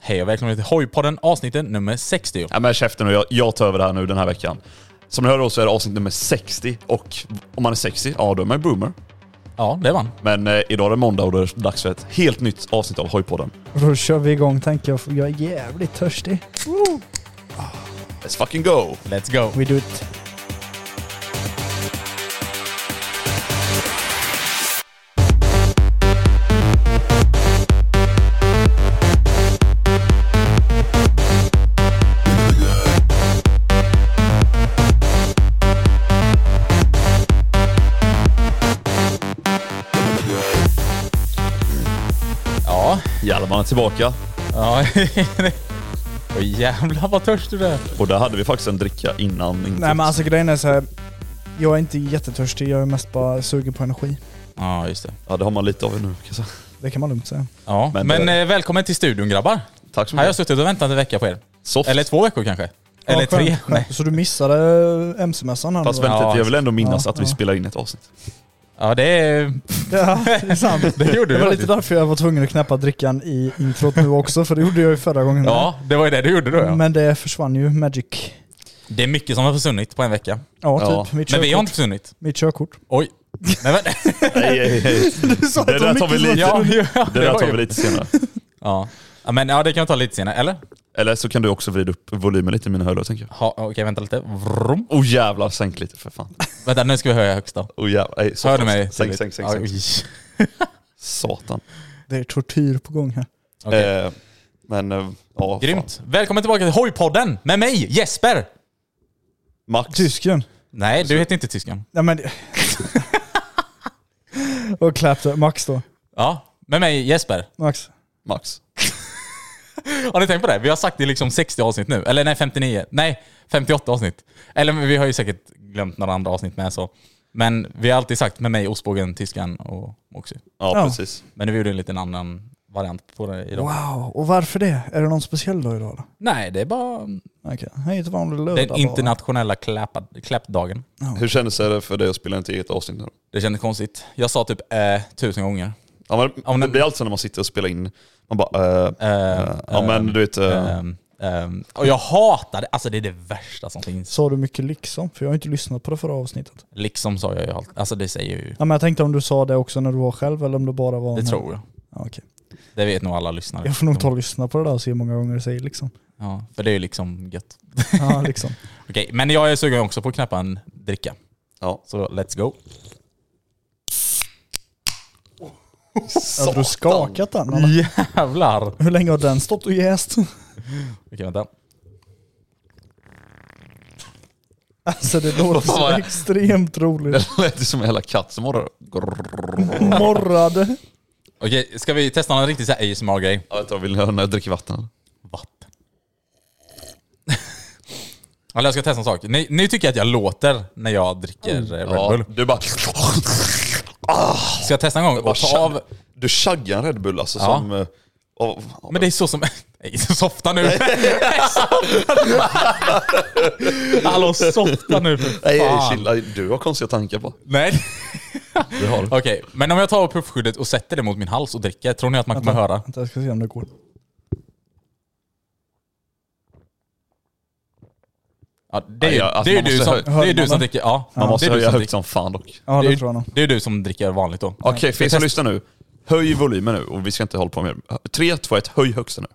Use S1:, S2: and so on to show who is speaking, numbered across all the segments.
S1: Hej och välkomna till Hojpodden avsnittet nummer 60.
S2: Ja men käften och jag, jag tar över det här nu den här veckan. Som ni hör då så är det avsnitt nummer 60 och om man är 60, ja då är man ju boomer.
S1: Ja, det vann.
S2: Men eh, idag är det måndag och då är det dags för ett helt nytt avsnitt av Hojpodden.
S3: Då kör vi igång tänker jag, för jag är jävligt törstig.
S2: Let's fucking go!
S1: Let's go.
S3: We do it.
S1: Ja.
S2: Hjalmar är tillbaka.
S1: Ja. Åh jävlar vad törstig du är.
S2: Och där hade vi faktiskt en dricka innan. intet.
S3: Nej men alltså grejen är så här. jag är inte jättetörstig, jag är mest bara sugen på energi.
S1: Ja, just det.
S2: Ja det har man lite av nu kan jag säga.
S3: Det kan man lugnt säga.
S1: Ja. Men,
S2: Men det-
S1: eh, välkommen till studion grabbar.
S2: Tack så
S1: Här har jag
S2: mycket.
S1: suttit och väntat en vecka på er.
S2: Soft.
S1: Eller två veckor kanske. Eller
S3: Ja, skönt,
S1: tre.
S3: skönt.
S1: Nej.
S3: Så du missade MC-mässan här
S2: Fast
S3: nu då?
S2: vänta
S1: Ja.
S2: lite, jag vill ändå minnas
S3: Ja,
S2: att vi
S3: ja.
S2: spelar in ett avsnitt.
S1: Ja, det är...
S3: Ja, det är sant.
S1: Det gjorde
S3: Det
S1: du.
S3: var lite därför jag var tvungen att knäppa drickan i introt nu också, för det gjorde jag ju förra gången.
S1: Ja, det var ju det du gjorde då ja.
S3: Men det försvann ju, magic.
S1: Det är mycket som har försvunnit på en vecka.
S3: Ja, typ.
S2: Ja.
S3: Mitt, körkort.
S1: Men vi har inte försvunnit.
S3: Mitt körkort.
S1: Oj. Nej, men,
S2: Nej, hej, hej.
S3: sa
S2: Det
S3: att det
S2: där
S3: var
S2: tar vi
S3: mycket
S2: lite,
S1: ja, ja,
S2: det där
S1: var
S2: tar vi
S1: ju-
S2: lite senare.
S1: Ja. ja, men ja, det kan vi ta lite senare. Eller?
S2: Eller så kan du också vrida upp volymen lite i mina hörlurar tänker jag.
S1: Ha, okej, vänta lite. Vrum.
S2: Oh jävlar, sänk lite för fan.
S1: Vänta, nu ska vi höja högst då.
S2: Oh jävlar. Nej,
S1: Hör
S2: satan.
S1: du mig?
S2: Sänk, sänk, sänk. sänk.
S1: sänk.
S2: Satan.
S3: Det är tortyr på gång här.
S2: Eh, men eh, ja. fan.
S1: Grymt. Välkommen tillbaka till Hojpodden med mig, Jesper!
S2: Max.
S3: Tysken.
S1: Nej, du heter inte tysken.
S3: Nej men... och Clapton, Max då.
S1: Ja, med mig Jesper.
S3: Max.
S2: Max.
S1: Har ni tänkt på det? Vi har sagt det i liksom 60 avsnitt nu. Eller nej, 59. Nej, 58 avsnitt. Eller men vi har ju säkert glömt några andra avsnitt med så. Men vi har alltid sagt med mig, ostbågen, tyskan och Moxie.
S2: Ja,
S3: Ja.
S2: precis.
S1: Men nu gjorde en liten annan variant på det idag.
S3: Wow, och varför det? Är det någon speciell dag idag då?
S1: Nej, det är bara
S3: Okej, det är ju ett vanligt lördag
S1: den
S3: bara.
S1: internationella klappad- klappdagen.
S2: Hur kändes det för dig att spela ett eget avsnitt nu?
S1: Det kändes konstigt. Jag sa typ eh, tusen gånger.
S2: Ja, men,
S1: Ja, men-
S2: det blir alltid så när man sitter och spelar in, man bara eh, eh, Ja men du vet, eh,
S1: Ehm, ehm, och jag hatar det. Alltså det är det värsta som finns.
S3: Sa du mycket liksom? För jag har inte lyssnat på det förra avsnittet.
S1: Liksom sa jag ju allt. Alltså det säger ju...
S3: Ja, men jag tänkte om du sa det också när du var själv eller om det bara var...
S1: Det
S3: när...
S1: tror jag.
S3: Ja, okej.
S1: Det vet nog alla lyssnare.
S3: Jag får nog ta och lyssna på det där och se hur många gånger du säger liksom.
S1: Ja, för det är ju liksom gött.
S3: Ja, liksom.
S1: Okej, men jag är sugen också på att knäppa en dricka.
S2: ja.
S1: Så let's go.
S3: Hade du skakat den? eller?
S1: Jävlar! Okej,
S3: Hur länge har den stått och jäst?
S1: vänta.
S3: Alltså det låter
S2: fan
S3: så
S2: var det?
S3: extremt roligt.
S2: Det lät ju som en hela katt som morrar. Grrrr.
S3: Morrade.
S1: Okej, ska vi testa någon riktig så här ASMR-grej?
S2: Ja, vet du, vill ni höra när jag dricker vatten?
S1: Vatten. Eller jag ska testa en sak. Ni, ni tycker att jag låter när jag dricker eh, Red
S2: Ja,
S1: Bull.
S2: du bara...
S1: Ska jag testa en gång och ta av...
S2: Du chaggar en Red Bull alltså
S1: Ja.
S2: som... eh, av-
S1: Men det är så som... Nej, softa nu! Hallå, softa nu för
S2: Nej, nej,
S1: fan.
S2: chilla. Du har konstiga tankar på.
S1: Nej.
S2: Det har du.
S1: Okej, men om jag tar av puffskyddet och sätter det mot min hals och dricker, tror ni att man kommer höra?
S3: Vänta, jag ska se om det går.
S1: Ja, det är ju
S2: Ja, alltså,
S1: det är ju
S2: man
S1: du,
S2: måste
S1: som,
S2: hö-
S1: det är ju du som dricker... Ja,
S2: Man måste
S1: det är du
S2: höja
S1: som
S2: högt
S1: dricker-
S2: som fan dock.
S3: Ja,
S1: det,
S3: det tror jag
S1: är,
S3: nog.
S1: det är du som dricker vanligt då.
S2: Okej, för er som
S1: test-
S2: lyssnar nu. Höj volymen nu och vi ska inte hålla på mer. Tre, två, ett. höj högsta nu.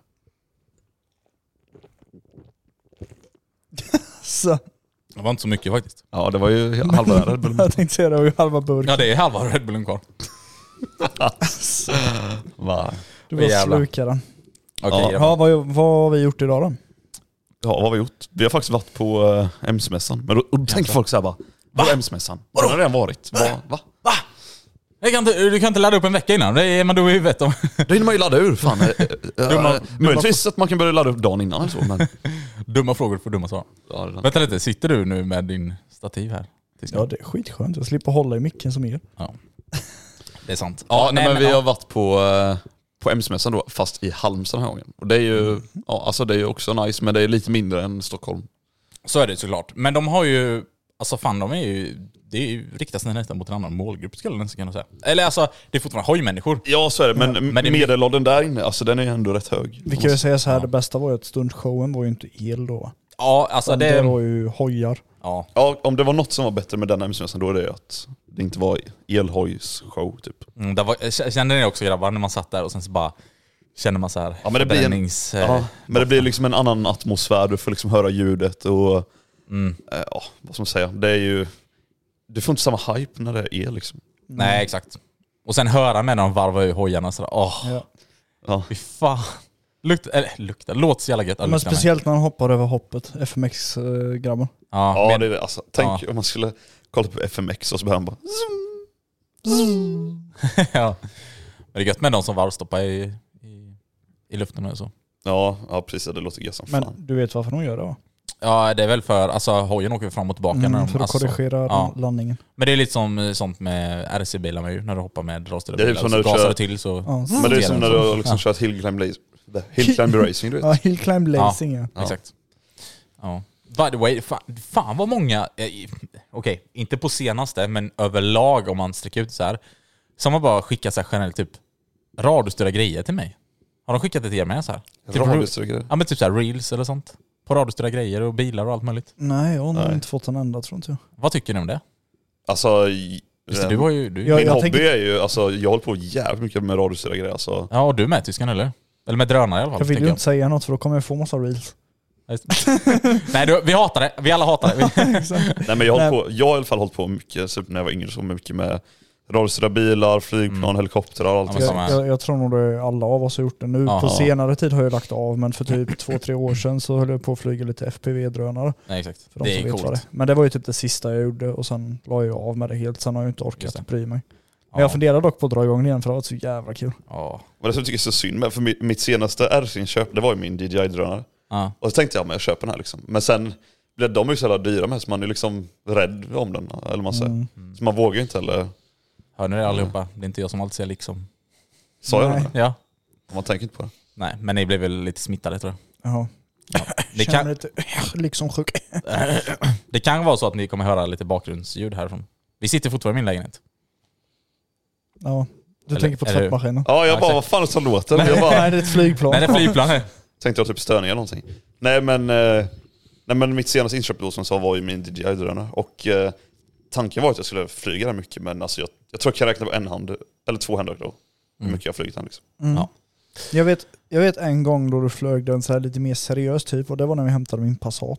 S3: Så,
S1: Det var inte så mycket faktiskt.
S2: Ja, det var ju halva den Red Bullen.
S3: jag tänkte säga det, var ju halva burken.
S1: Ja, det är halva Red Bullen kvar.
S2: Va?
S3: du bara
S1: jävlar.
S3: slukar den.
S1: Okej,
S2: Ja.
S1: jävlar.
S3: Ja, vad, vad har vi gjort idag då?
S2: Ja, vad har vi gjort? Vi har faktiskt varit på eh, MC-mässan. Men då, och då tänker folk såhär bara, vadå MC-mässan? Har den redan varit? Va? Va?
S1: Jag kan inte, du kan inte ladda upp en vecka innan, det är man dum i huvudet om.
S2: Då hinner man ju ladda ur fan. Eh, eh, eh,
S1: Dumma-
S2: Möjligtvis att man kan börja ladda upp dagen innan eller så, men...
S1: dumma frågor får dumma svar.
S2: Ja, det är den.
S1: Vänta lite, sitter du nu med din stativ här?
S3: Ja, det är skitskönt. Jag slipper hålla i micken som er.
S1: Ja. Det är sant.
S2: Ja, nej, men vi
S1: ja.
S2: har varit på, eh, på MC-mässan då, fast i Halmstad den här gången. Och det är ju ja, alltså det är ju också nice, men det är lite mindre än Stockholm.
S1: Så är det såklart. Men de har ju, alltså fan de är ju, det är ju, riktas nästan mot en annan målgrupp skulle jag nästan kunna säga. Eller alltså, det är fortfarande hojmänniskor.
S2: Ja, så är det. Men,
S1: men det-
S2: medelåldern där inne, alltså den är ändå rätt hög. Alltså.
S3: Vi kan ju säga så här, det bästa var ju att stuntshowen var ju inte el då. va?
S1: Ja, alltså
S3: det...
S1: det...
S3: var ju hojar.
S1: Ja,
S2: Ja, om det var något som var bättre med den MC-mässan, då är det att det inte var elhojs-show typ.
S1: mm, där var, kände ni också grabbar när man satt där och sen så bara känner man så här
S2: Ja, men det blir, en,
S1: förbrännings- eh,
S2: ja, men det blir liksom en annan atmosfär, du får liksom höra ljudet och... eh, ja, vad ska man säga? Det är ju... Du får inte samma hype när det är el liksom.
S1: Nej,
S3: Mm.
S1: exakt. Och sen höra med när de varvar ur hojarna sådär, åh,
S3: Ja.
S2: Ja.
S1: fy fan. Lukta, eller lukta, låt så jävla gött. Ja,
S3: Men
S1: lukta med.
S3: speciellt när han hoppar över hoppet, FMX-grabben.
S1: Ja,
S2: Ja,
S1: men-
S2: det är det. Alltså, tänk om man skulle kolla på FMX och så börjar han bara...
S1: ja. Men det är gött med de som varvstoppar i, i, i luften och så.
S2: Ja, ja precis. Det låter gött som
S3: Men
S2: fan.
S3: du vet varför de gör det va?
S1: Ja, det är väl för, alltså hojen åker ju fram och tillbaka. när
S3: Mm,
S1: de,
S3: för att
S1: alltså,
S3: korrigera
S1: ja.
S3: landningen.
S1: Men det är lite som eh, sånt med RC-bilar med ju, när du hoppar med dragstyrda
S2: Det är
S1: bilar.
S2: typ som
S1: så
S2: när du
S1: gasar
S2: kör-
S1: du till så... Mm.
S3: Ja,
S2: Men det är som
S1: Stenar
S2: när
S1: och
S2: du
S1: så.
S2: har liksom kört hillclimb, la- hillclimb racing, du
S3: ja
S2: vet.
S3: hill climb lacing ja.
S1: Exakt. Ja. By the way, fan, fan vad många, eh, i- okej, inte på senaste, men överlag om man sträcker ut så här, som har bara skickat så här generellt typ radiostyrda grejer till mig. Har de skickat det till er med så här? Typ,
S2: Radiostyrda grejer.
S1: Ja men typ så här reels eller sånt. På radiostyrda grejer och bilar och allt möjligt.
S3: Nej, jag har nog
S2: Nej.
S3: inte fått en enda tror inte jag.
S1: Vad tycker ni om det?
S2: Alltså,
S1: Just
S2: eh,
S1: det, du har ju... Du,
S3: Ja,
S2: min
S3: jag
S2: hobby
S3: tänker-
S2: är ju, alltså jag håller på jävligt mycket med radiostyrda grejer. Alltså.
S1: Ja, och du med tyskan eller? Eller med drönare i alla fall.
S3: Jag vill
S1: tänker
S3: ju inte säga något för då kommer jag få massa reels.
S1: jag. Nej, du, vi hatar det. Vi alla hatar det. Vi-
S2: Nej, men jag, har
S3: Nej.
S2: hållit på, jag har i alla fall hållit på mycket, typ när jag var yngre, så mycket med radiostyrda bilar, flygplan, helikoptrar, allting.
S1: men
S2: Ja,
S1: samma-
S3: Jag, jag, jag tror nog det är alla av oss har gjort det nu.
S1: Ja.
S3: På senare tid har jag lagt av men för typ två, tre år sedan så höll jag på att flyga lite FPV-drönare.
S1: Nej, exakt.
S3: För de
S1: det
S3: som
S1: är
S3: vet vad
S1: coolt.
S3: det är. Men det var ju typ det sista jag gjorde och sen la jag av med det helt. Sen har jag inte
S1: Just det.
S3: orkat bry mig. Men
S1: Ja.
S3: jag funderar dock på att dra igång det igen för det har varit så jävla kul.
S1: Ja.
S2: Men det som jag tycker är så synd med, för mi- mitt senaste R-inköp, det var ju min DJI-drönare.
S1: Ja.
S2: Och så tänkte jag, men jag köper den här liksom. Men sen blev de ju så jävla dyra med, så man är liksom rädd om den, eller vad man säger.
S3: Mm.
S2: Så man vågar ju inte heller.
S1: Hör ni det allihopa? Det är inte jag som alltid säger liksom.
S2: Sa jag
S3: Nej.
S2: det?
S1: Ja.
S2: Man tänker inte på det.
S1: Nej, men ni blev väl lite smittade tror jag.
S3: Jaha.
S1: Det
S3: Känner
S1: kan,
S3: lite liksom sjuk.
S1: det kan vara så att ni kommer höra lite bakgrundsljud härifrån. Vi sitter fortfarande i min lägenhet.
S3: Ja. Du
S1: Eller-
S3: tänker på
S1: eller hur?
S3: tvättmaskinen.
S2: Ja, jag
S1: Ja,
S2: bara,
S1: exakt.
S2: vad fan är det som låter? Jag
S3: Nej
S2: bara,
S3: det är ett flygplan. Mm.
S1: Nej, det är flygplan här.
S2: tänkte jag typ störningar eller någonting. Nej men, eh, nej men mitt senaste inköp då som jag sa var ju min DJI-drönare. Och eh, tanken var att jag skulle flyga den mycket, men alltså jag, jag tror jag kan räkna på en hand, eller två händer då. Hur mycket jag har flugit den liksom.
S3: Mm.
S1: Ja.
S3: Jag, vet, jag vet en gång då du flög den så här lite mer seriös typ och det var när vi hämtade min Passat.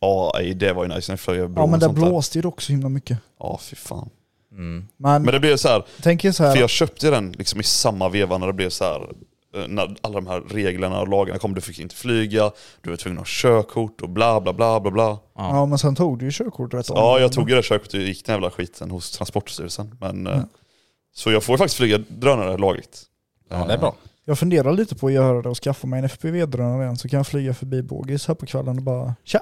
S2: Ja, ej, det var ju nice när jag flög över bron
S3: Ja men
S2: och
S3: det
S2: sånt där.
S3: blåste ju också himla mycket.
S2: Ja, fy fan.
S1: Mm.
S3: Men,
S2: Men det blev så här,
S3: tänk er så
S2: För
S3: här,
S2: jag köpte den liksom i samma veva när det blev så här eh, när alla de här reglerna och lagarna kom, du fick inte flyga, du var tvungen att ha körkort och bla bla bla bla bla.
S3: ja men sen tog du ju körkort rätt
S2: Ja, jag tog ju det körkortet och gick den jävla skiten hos Transportstyrelsen. Men,
S1: Mm.
S2: eh, Så jag får ju faktiskt flyga drönare lagligt.
S1: Ja, det är bra.
S3: Jag funderar lite på att göra det och skaffa mig en FPV-drönare igen så kan jag flyga förbi Bågis här på kvällen och bara tja!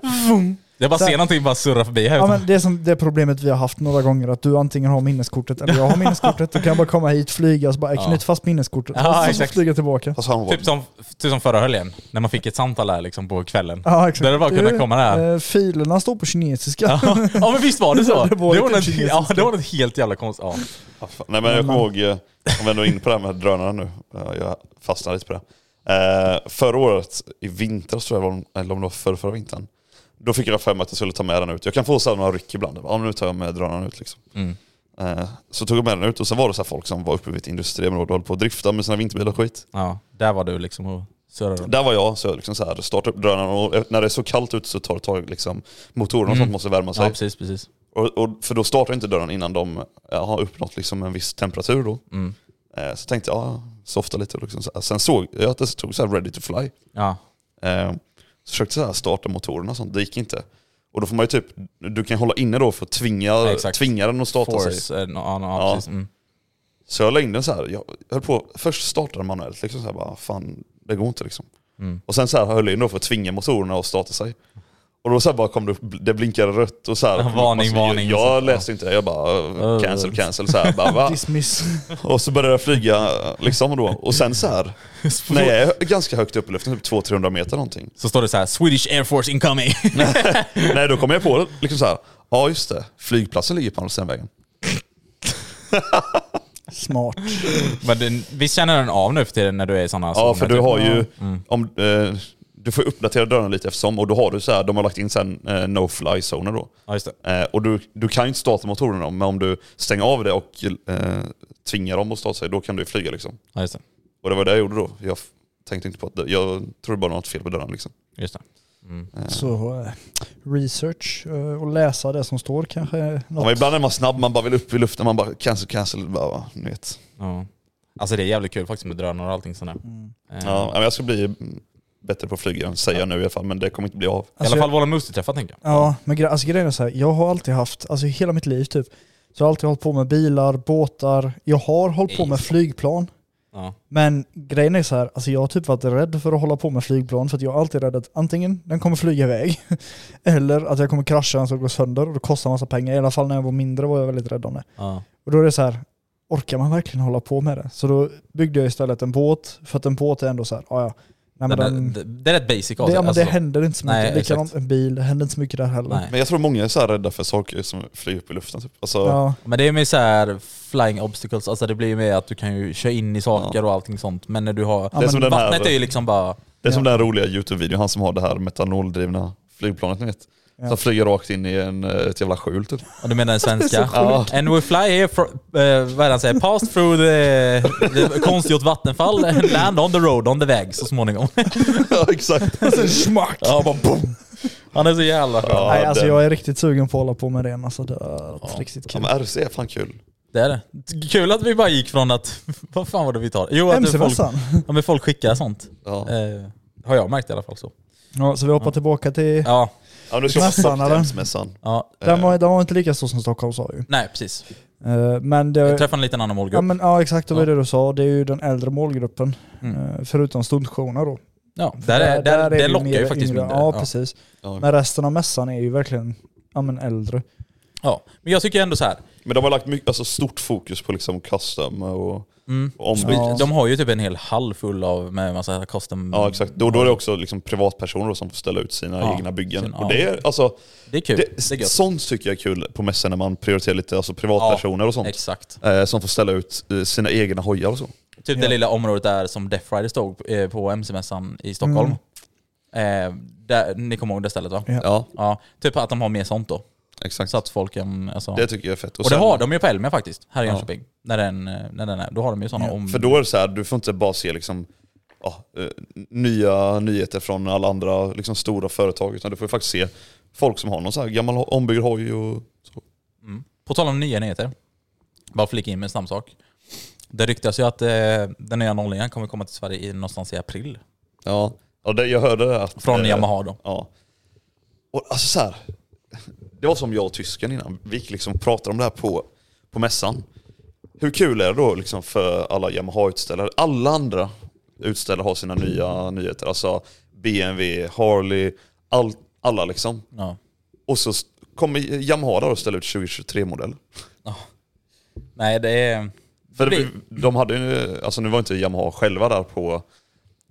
S1: Jag bara
S3: Så-
S1: ser någonting bara surra förbi här
S3: Ja,
S1: utanför.
S3: men det, är som, det är problemet vi har haft några gånger, att du antingen har minneskortet eller jag har minneskortet. Då kan jag bara komma hit, flyga och så bara "Äh, knyt fast minneskortet
S1: Ja,
S3: och så
S1: exakt.
S3: flyga tillbaka.
S2: Fast han var,
S1: Typ som, typ som förra helgen, när man fick ett samtal här liksom på kvällen.
S3: Ja, exakt.
S1: Där hade det bara kunnat
S3: Du,
S1: komma där.
S3: eh, Filerna står på kinesiska.
S1: Ja, ja men visst var det så?
S3: Det
S1: Det
S3: var
S1: var,
S3: lite
S1: något,
S3: kinesiska.
S1: ja, det var något helt jävla konstigt. Ja.
S2: Ja, fan. Nej
S1: Mm.
S2: men jag kommer ihåg, eh, om vi ändå är inne på det här med drönare nu, eh, jag fastnar lite på det. Eh, förra året, i vintras tror jag, det var, eller om det var förra, förra vintern, då fick jag för mig att jag skulle ta med den ut. Jag kan få sådana några ryck ibland, ja men nu tar jag med drönaren ut liksom.
S1: Mm.
S2: Eh, så tog jag med den ut och sen var det så här folk som var uppe vid ett industriområde och höll på att drifta med sina vinterbilar och skit.
S1: ja, där var du liksom och surrade.
S2: Där var jag, så jag liksom så här, startade upp drönaren och när det är så kallt ute så tar det tag liksom, motorerna och
S1: Mm.
S2: sånt måste värma sig.
S1: Ja, precis, precis.
S2: och, och, för då startar inte dörren innan de ja, har uppnått liksom en viss temperatur då.
S1: Mm.
S2: Eh, Så tänkte jag, ja, softa lite. och Liksom. så här. Sen såg jag att det stod så här ready to fly.
S1: Ja.
S2: Eh, Så försökte jag så här starta motorerna och sånt, det gick inte. Och då får man ju typ, du kan hålla inne då för att tvinga,
S1: Ja, exakt.
S2: tvinga den att starta sig.
S1: Force, eh, no, ja, no, ja.
S2: Ja.
S1: Precis. Mm.
S2: Så jag la in den så här, jag höll på, först startade den manuellt liksom så här bara, fan det går inte liksom.
S1: Mm.
S2: Och sen så här höll jag in då för att tvinga motorerna att starta sig. Och då så här bara kom det upp, det blinkade rött och så här.
S1: Ja, varning,
S2: alltså, jag,
S1: varning.
S2: Jag läste inte det, jag bara eh, cancel, cancel så här. Bara, va?
S3: Dismiss.
S2: Och så började jag flyga liksom då. Och sen så här, när jag är ganska högt upp i luften, typ 200-300 meter någonting.
S1: Så står det så här, Swedish Air Force incoming.
S2: Nej, då kom jag på det. Liksom så här. Ja, just det. Flygplatsen ligger på andra sidan vägen.
S3: Smart.
S1: men den, visst känner den av nu för tiden när du är i typ. sådana
S2: Ja, för du har ju... Om, eh, du får uppdatera drönarna lite eftersom och då har du så här, de har lagt in sen eh, no-fly-zoner då.
S1: Ja, just det.
S2: Eh, och du, du kan ju inte starta motorerna men om du stänger av det och eh, tvingar dem att starta sig, då kan du ju flyga liksom.
S1: Ja, just det.
S2: Och det var det jag gjorde då. Jag f- tänkte inte på att, det- jag tror det bara var något fel på drönaren liksom.
S1: Just det. Mm.
S3: Så eh, research eh, och läsa det som står kanske. är
S2: Ja,
S3: Något.
S2: men ibland är man snabb, man bara vill upp i luften, man bara cancel, cancel, bara, ni vet.
S1: Ja. Alltså det är jävligt kul faktiskt med drönare och allting sånt där.
S3: Mm.
S1: Eh,
S2: Ja, men jag ska bli mm, bättre på att flyga, säger jag nu i alla fall, men det kommer inte bli av.
S1: I alla
S3: Alltså,
S1: fall våra musterträffar tänker jag.
S3: Ja, men gre- alltså, grejen är så här, jag har alltid haft, alltså hela mitt liv typ, så jag har alltid hållit på med bilar, båtar, jag har hållit på med flygplan.
S1: Ja.
S3: Men grejen är så här, alltså jag har typ varit rädd för att hålla på med flygplan för att jag är alltid rädd att antingen den kommer flyga iväg eller att jag kommer krascha så och gå sönder och det kostar en massa pengar. I alla fall när jag var mindre var jag väldigt rädd om det.
S1: Ja.
S3: Och då är det så här, orkar man verkligen hålla på med det? Så då byggde jag istället en båt för att en båt är ändå så här, ja ja. Nej, men
S1: Den är-
S3: den,
S1: det, det är rätt basic
S3: det, ja, men
S1: alltså.
S3: det händer inte så mycket.
S1: Nej, exakt.
S3: Likadant en bil, det händer inte så mycket där heller.
S1: Nej.
S2: Men jag tror många är så här rädda för saker som flyger upp i luften. Typ. Alltså,
S3: Ja.
S1: Men det är ju mer så här flying obstacles, alltså det blir ju mer att du kan ju köra in i saker och allting sånt. Men när du har...
S3: Ja,
S2: det är som
S3: men
S2: den här,
S1: Vattnet är ju liksom bara...
S2: det är som
S3: Ja.
S2: den här roliga YouTube-videon, han som har det här metanoldrivna flygplanet ni vet.
S3: Ja.
S2: Som flyger rakt in i en, eh, ett jävla skjul typ.
S1: Och du menar den svenska?
S3: sjukt.
S1: Ja. And we fly here from, eh, vad är det han säger? Pass through the, the konstgjort vattenfall and land on the road, on the väg så småningom.
S2: ja exakt.
S3: Sen smack!
S1: Ja, bara boom. Han är så jävla skön.
S2: Ja,
S3: Nej, alltså
S2: den-
S3: jag är riktigt sugen på att hålla på med den. Alltså, det är riktigt
S2: Ja,
S3: kul.
S2: men RC är fan kul.
S1: Det är det. Kul att vi bara gick från att... Vad fan var det vi tar? Jo, att folk,
S3: MC-mässan.
S1: ja, men folk skickar sånt.
S2: Ja.
S1: Eh, har jag märkt i alla fall så.
S3: Ja, så vi hoppar tillbaka till...
S1: Ja,
S2: Ja, men du ska
S3: Mässan, eller?
S2: på mässan.
S1: ja.
S3: Den, var, den var inte lika stor som Stockholm sa ju.
S1: Nej precis.
S3: Eh, Men det...
S1: Jag träffade en liten annan målgrupp.
S3: Ja, men, ja exakt, det var
S1: Ja.
S3: det du sa. Det är ju den äldre målgruppen.
S1: Mm.
S3: eh, Förutom stundshowerna då.
S1: Ja, där är, där,
S3: det
S1: det lockar
S3: mer
S1: ju faktiskt
S3: yngre.
S1: mindre.
S3: Ja, precis.
S2: Ja.
S3: Men resten av mässan är ju verkligen ja, men äldre.
S1: Ja. Men jag tycker ändå så här.
S2: Men de har lagt mycket, alltså, stort fokus på liksom custom och,
S1: Mm.
S2: och ombud.
S3: Ja.
S2: Ja.
S1: De har ju typ en hel hall full av med massa custom...
S2: exakt. Då, då är det också liksom privatpersoner då som får ställa ut sina
S1: Ja,
S2: egna byggen.
S1: sin-
S2: och det är, alltså,
S1: Det är kul.
S2: det,
S1: Det, är gött.
S2: sånt tycker jag är kul på mässan när man prioriterar lite alltså privatpersoner och sånt.
S1: Exakt.
S2: Eh, som får ställa ut eh, sina egna hojar och så.
S1: Typ
S3: Ja.
S1: det lilla området där som Death Rider stod eh, på MC-mässan i Stockholm. Eh, där, ni kommer ihåg det stället va?
S3: Mm. Ja.
S2: Ja,
S1: Ja, typ att de har mer sånt då.
S2: exakt.
S1: Så att folk kan... Alltså.
S2: det tycker jag är typ fett.
S1: och det har de ju på Elmia faktiskt, här i
S2: Ja.
S1: Jönköping. När den, eh, när den är, då har de ju sådana om...
S2: För då är det så här, du får inte bara se liksom, ja, eh, nya nyheter från alla andra liksom, stora företag, utan du får ju faktiskt se folk som har någon så här gammal ho- ombyggd hoj och så.
S1: På tal om nya nyheter, bara flika in med en snabb sak. Det ryktas ju att eh, den nya 09 kommer komma till Sverige i, någonstans i april.
S2: Ja, ja det, jag hörde det. Att,
S1: Från
S2: eh,
S1: Yamaha då.
S2: Ja. Och alltså så här, det var som jag och tysken innan, vi gick liksom och pratade om det här på, på mässan. Hur kul är det då liksom för alla Yamaha-utställare? Alla andra utställare har sina nya nyheter, alltså BMW, Harley, all, alla liksom.
S1: Ja.
S2: Och så s- kommer Yamaha där och ställer ut 2023-modell.
S1: Nej, det är...
S2: För
S1: Det
S2: det, de hade ju, alltså nu var inte Yamaha själva där på,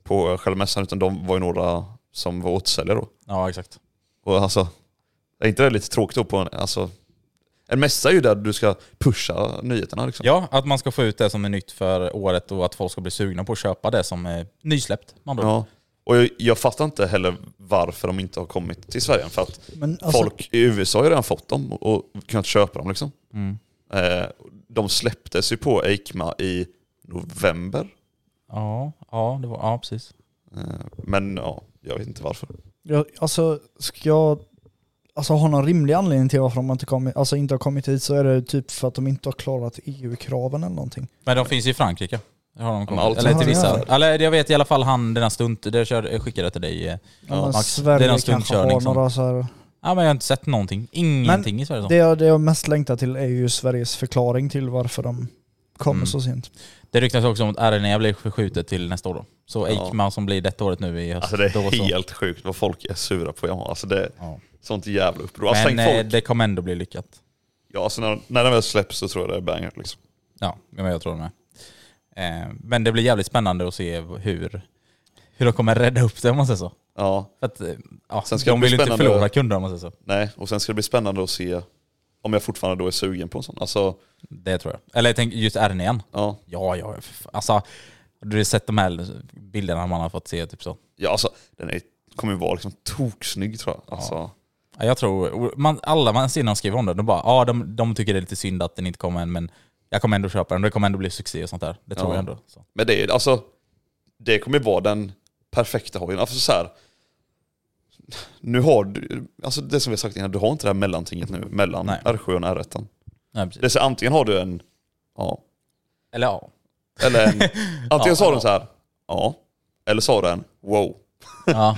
S2: på själva mässan utan de var ju några som var återsäljare då.
S1: Ja, exakt.
S2: Och alltså, är inte det lite tråkigt då på en, alltså, en mässa är ju där du ska pusha nyheterna liksom.
S1: Ja, att man ska få ut det som är nytt för året och att folk ska bli sugna på att köpa det som är nysläppt. Man ja.
S2: Ja. Och jag, jag fattar inte heller varför de inte har kommit till Sverige än, för att
S3: Men alltså,
S2: folk i USA har ju redan fått dem och kunnat köpa dem liksom. Eh, de släpptes ju på EICMA i november.
S1: ja, ja, det var, ja, precis.
S2: Eh, men ja, jag vet inte varför.
S3: jag, alltså ska jag alltså, ha någon rimlig anledning till varför de inte, kommit, alltså, inte har kommit hit så är det typ för att de inte har klarat EU-kraven eller någonting.
S1: Men de finns i Frankrike. Det Har de kommit.
S2: allt-
S1: Eller till
S3: Ja,
S1: vissa.
S3: ja.
S1: Eller jag vet i alla fall han, den här stunt, det kör, jag skickade till dig. eh.
S3: Ja, men
S1: Max, det är
S3: Sverige
S1: någon
S3: kanske
S1: stuntkörning
S3: har
S1: som-
S3: några så här...
S1: Ja, men jag har inte sett någonting. Ingenting i Sverige.
S3: Det
S1: Det,
S3: jag, det jag mest längtar till är ju Sveriges förklaring till varför de kommer
S1: Mm.
S3: så sent.
S1: det ryktas också om att RNE blir förskjutet till nästa år då. Så
S2: Ja.
S1: Eikman som blir detta året nu i höst.
S2: Alltså det
S1: då
S2: är
S1: så.
S2: helt sjukt vad folk är sura på Yamaha. Alltså det är
S1: Ja.
S2: sånt jävla uppror. Alltså
S1: Men
S2: tänk
S1: eh,
S2: folk,
S1: det kommer ändå bli lyckat.
S2: ja, alltså när, när den väl släpps så tror jag det är banger liksom.
S1: Ja, men jag tror det med. Eh, men det blir jävligt spännande att se hur, hur de kommer rädda upp det om man säger så.
S2: Ja,
S1: För att, eh, ja,
S2: Sen ska
S1: de
S2: det bli
S1: vill ju inte
S2: spännande.
S1: förlora kunder om man säger så.
S2: nej. Och sen ska det bli spännande att se om jag fortfarande då är sugen på en sån. Alltså,
S1: Det tror jag. Eller tänk just r igen.
S2: ja.
S1: Ja, ja, för fan. alltså. Du har sett de här bilderna man har fått se typ så.
S2: Ja, alltså den är, kommer ju vara liksom toksnygg tror jag. Alltså,
S1: Ja, Jag tror, man, alla man ser när de skriver om det, de bara ja, de, de tycker det är lite synd att den inte kommer än men jag kommer ändå köpa den, det kommer ändå bli succé och sånt där. Det tror
S2: Ja.
S1: jag ändå. Så.
S2: Men det, är- alltså, det kommer ju vara den perfekta hojen. Alltså så här, nu har du, alltså det som vi har sagt innan, du har inte det här mellantinget nu mellan
S1: Nej.
S2: R7 och R1.
S1: Nej, precis.
S2: Det är så, antingen har du en, ja,
S1: Eller ja.
S2: eller en, antingen så har
S1: ja.
S2: du en så här, ja, eller så har du en, wow.
S1: ja.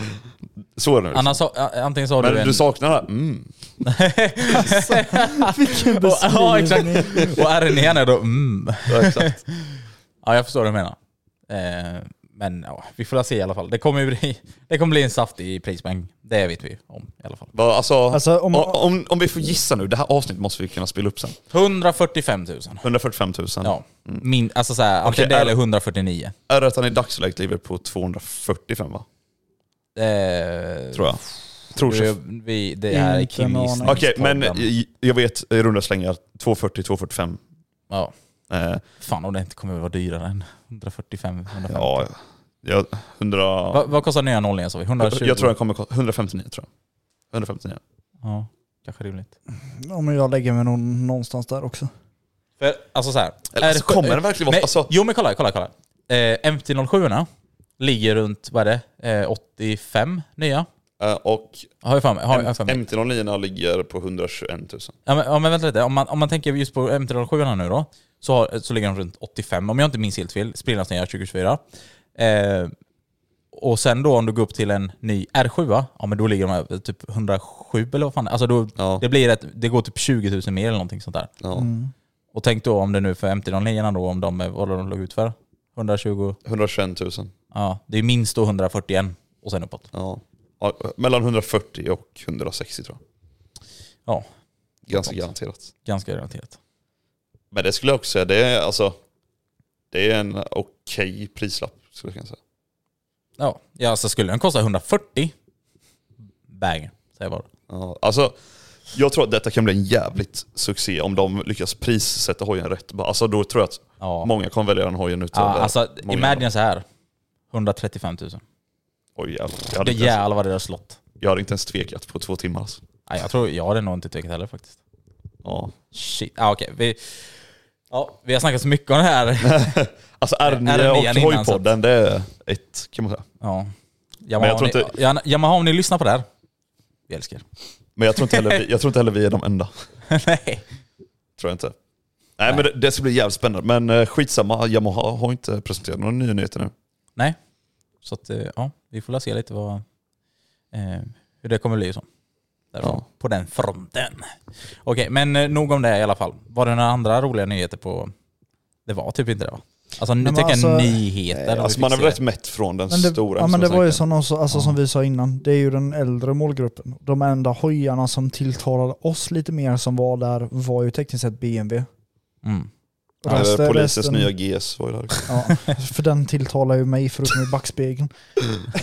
S2: Så är det nu. liksom.
S1: Annars, så- antingen så har
S2: Men
S1: du
S2: du,
S1: en...
S2: saknar det här, mm.
S3: Vilken
S1: och, ja, exakt.
S3: beskrivning.
S1: Och R9 är då mm.
S2: Ja, exakt.
S1: Ja, jag förstår vad du menar. Eh, men ja, vi får väl se i alla fall. Det kommer, ju bli, det kommer bli en saftig prispeng. Det vet vi om i alla fall.
S2: Bara, Alltså,
S3: Alltså, om-
S2: om, om, om vi får gissa nu, det här avsnittet måste vi kunna spela upp sen.
S1: 145 000.
S2: 145 000.
S1: Ja. Min, alltså såhär, antingen det
S2: är-
S1: eller 149.
S2: R1 i dagsläget ligger på 245 va?
S1: Eh,
S2: Tror jag. Tror
S1: du,
S2: jag.
S1: vi, det är
S3: Inte en
S1: killgissningspodden.
S2: Okej, men eh, i- jag vet i runda slängar 240-245.
S1: Ja.
S2: Eh,
S1: Fan om det inte kommer att vara dyrare än 145 150.
S2: ja, jag, 100,
S1: Va, vad kostar nya nollningen sa vi? 120?
S2: jag tror den kommer kosta 159 tror jag. 159.
S1: Ja, kanske rimligt.
S3: Ja, men jag lägger mig nog någonstans där också.
S1: För, alltså så här,
S2: Eller, alltså, kommer den verkligen vara-
S1: Nej,
S2: alltså-
S1: Jo men kolla, kolla, kolla. Eh, MT-07 ligger runt, vad är det, eh, 85 nya?
S2: Eh, och
S1: Har jag för mig. Har jag för mig.
S2: MT-09 ligger på 121 000.
S1: Ja, men, ja, men vänta lite, om man, om man tänker just på MT-07 nu då, så, har, så ligger de runt 85, om jag inte minns helt fel, sprillans nya 2024. Eh, och sen då om du går upp till en ny R7, ja men då ligger de här typ 107 eller vad fan alltså då,
S2: Ja.
S1: det, blir ett, det går typ 20 000 mer eller någonting sånt där.
S2: Ja.
S1: Mm. Och tänk då om det nu för MT-09 då, om de, vad de låg ut för? 120?
S2: 121 000.
S1: Ja, det är minst då 141 och sen uppåt.
S2: Ja. Ja, Mellan 140 och 160 tror jag.
S1: Ja,
S2: Ganska garanterat.
S1: ganska garanterat.
S2: Men det skulle jag också säga, det är, alltså, det är en okej prislapp skulle jag kunna säga.
S1: Ja, ja alltså skulle den kosta 140? Bang, säger jag bara.
S2: Ja, alltså, jag tror att detta kan bli en jävligt succé om de lyckas prissätta hojen rätt. Bara, Alltså, då tror jag att
S1: Ja.
S2: många kommer välja den hojen utav
S1: Ja,
S2: det.
S1: alltså,
S2: många
S1: imagine så här. 135 000.
S2: Oj jävlar. Jag
S1: Det
S2: hade, inte ens,
S1: jävlar vad det där slått.
S2: jag hade inte ens tvekat på två timmar. Alltså.
S1: Nej, jag tror jag hade nog inte tyckt heller faktiskt.
S2: Ja.
S1: Shit. Ah, okej. Vi, ja, vi har snackat så mycket om det här.
S2: Alltså R9,
S1: R9
S2: och
S1: innan,
S2: hojpodden, det är ett kan man säga.
S1: Ja.
S2: Men
S1: Yamaha,
S2: jag
S1: om
S2: tror
S1: ni,
S2: inte-
S1: Ja, Yamaha, om ni lyssnar på det här. Vi älskar er.
S2: Men jag tror inte heller vi, jag tror inte heller vi är de enda.
S1: Nej.
S2: Tror jag inte. Nej, men det, det ska bli jävligt spännande. Men eh, skitsamma, Yamaha har inte presenterat några nya nyheter nu.
S1: Nej. Så att, eh, ja, vi får väl se lite vad, eh, hur det kommer bli och så. Därifrån.
S2: Ja.
S1: På den fronten. Okej, men eh, nog om det i alla fall. Var det några andra roliga nyheter på... Det var typ inte det va? Alltså nu
S3: men
S1: tycker
S3: alltså-
S1: jag nyheter. har vi
S2: Alltså man är väl
S1: fixat.
S2: rätt mätt från den
S3: Men det,
S2: stora.
S3: ja,
S2: som
S3: men det
S2: jag
S3: var ju
S2: tänker.
S3: som, någon, sa- alltså,
S1: Ja.
S3: som vi sa innan, det är ju den äldre målgruppen. De enda hojarna som tilltalade oss lite mer som var där var ju tekniskt sett BMW.
S1: Mm.
S2: Eller
S3: Resten-
S2: Polisens
S3: resten-
S2: nya GS var ju där.
S3: Ja, för den tilltalar ju mig förutom i backspegeln.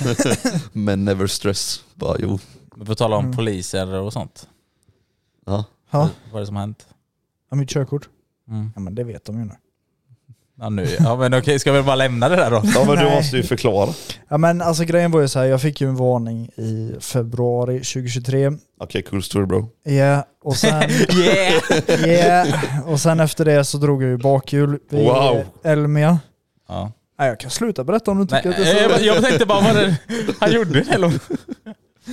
S4: Men never stress. Bara jo.
S1: Men På tal om
S3: Mm.
S1: poliser och sånt.
S4: Ja.
S3: Ja,
S1: Vad är det som har hänt?
S3: ja, mitt körkort.
S1: Mm.
S3: Ja men det vet de ju nu.
S1: Ja, nu. ja men okej, ska vi bara lämna det där då?
S2: Ja men du
S3: Nej.
S2: måste ju förklara.
S3: Ja men alltså grejen var ju så här, jag fick ju en varning i februari 2023.
S2: Okej, cool story bro.
S3: Ja, och sen...
S1: Yeah!
S3: yeah, och sen efter det så drog jag ju bakhjul vid
S2: Wow.
S3: Elmia.
S1: Ja.
S3: Nej jag kan sluta berätta om du
S1: Nej, eh,
S3: tycker att det är så...
S1: jag, jag tänkte bara vad det, han gjorde det. Eller?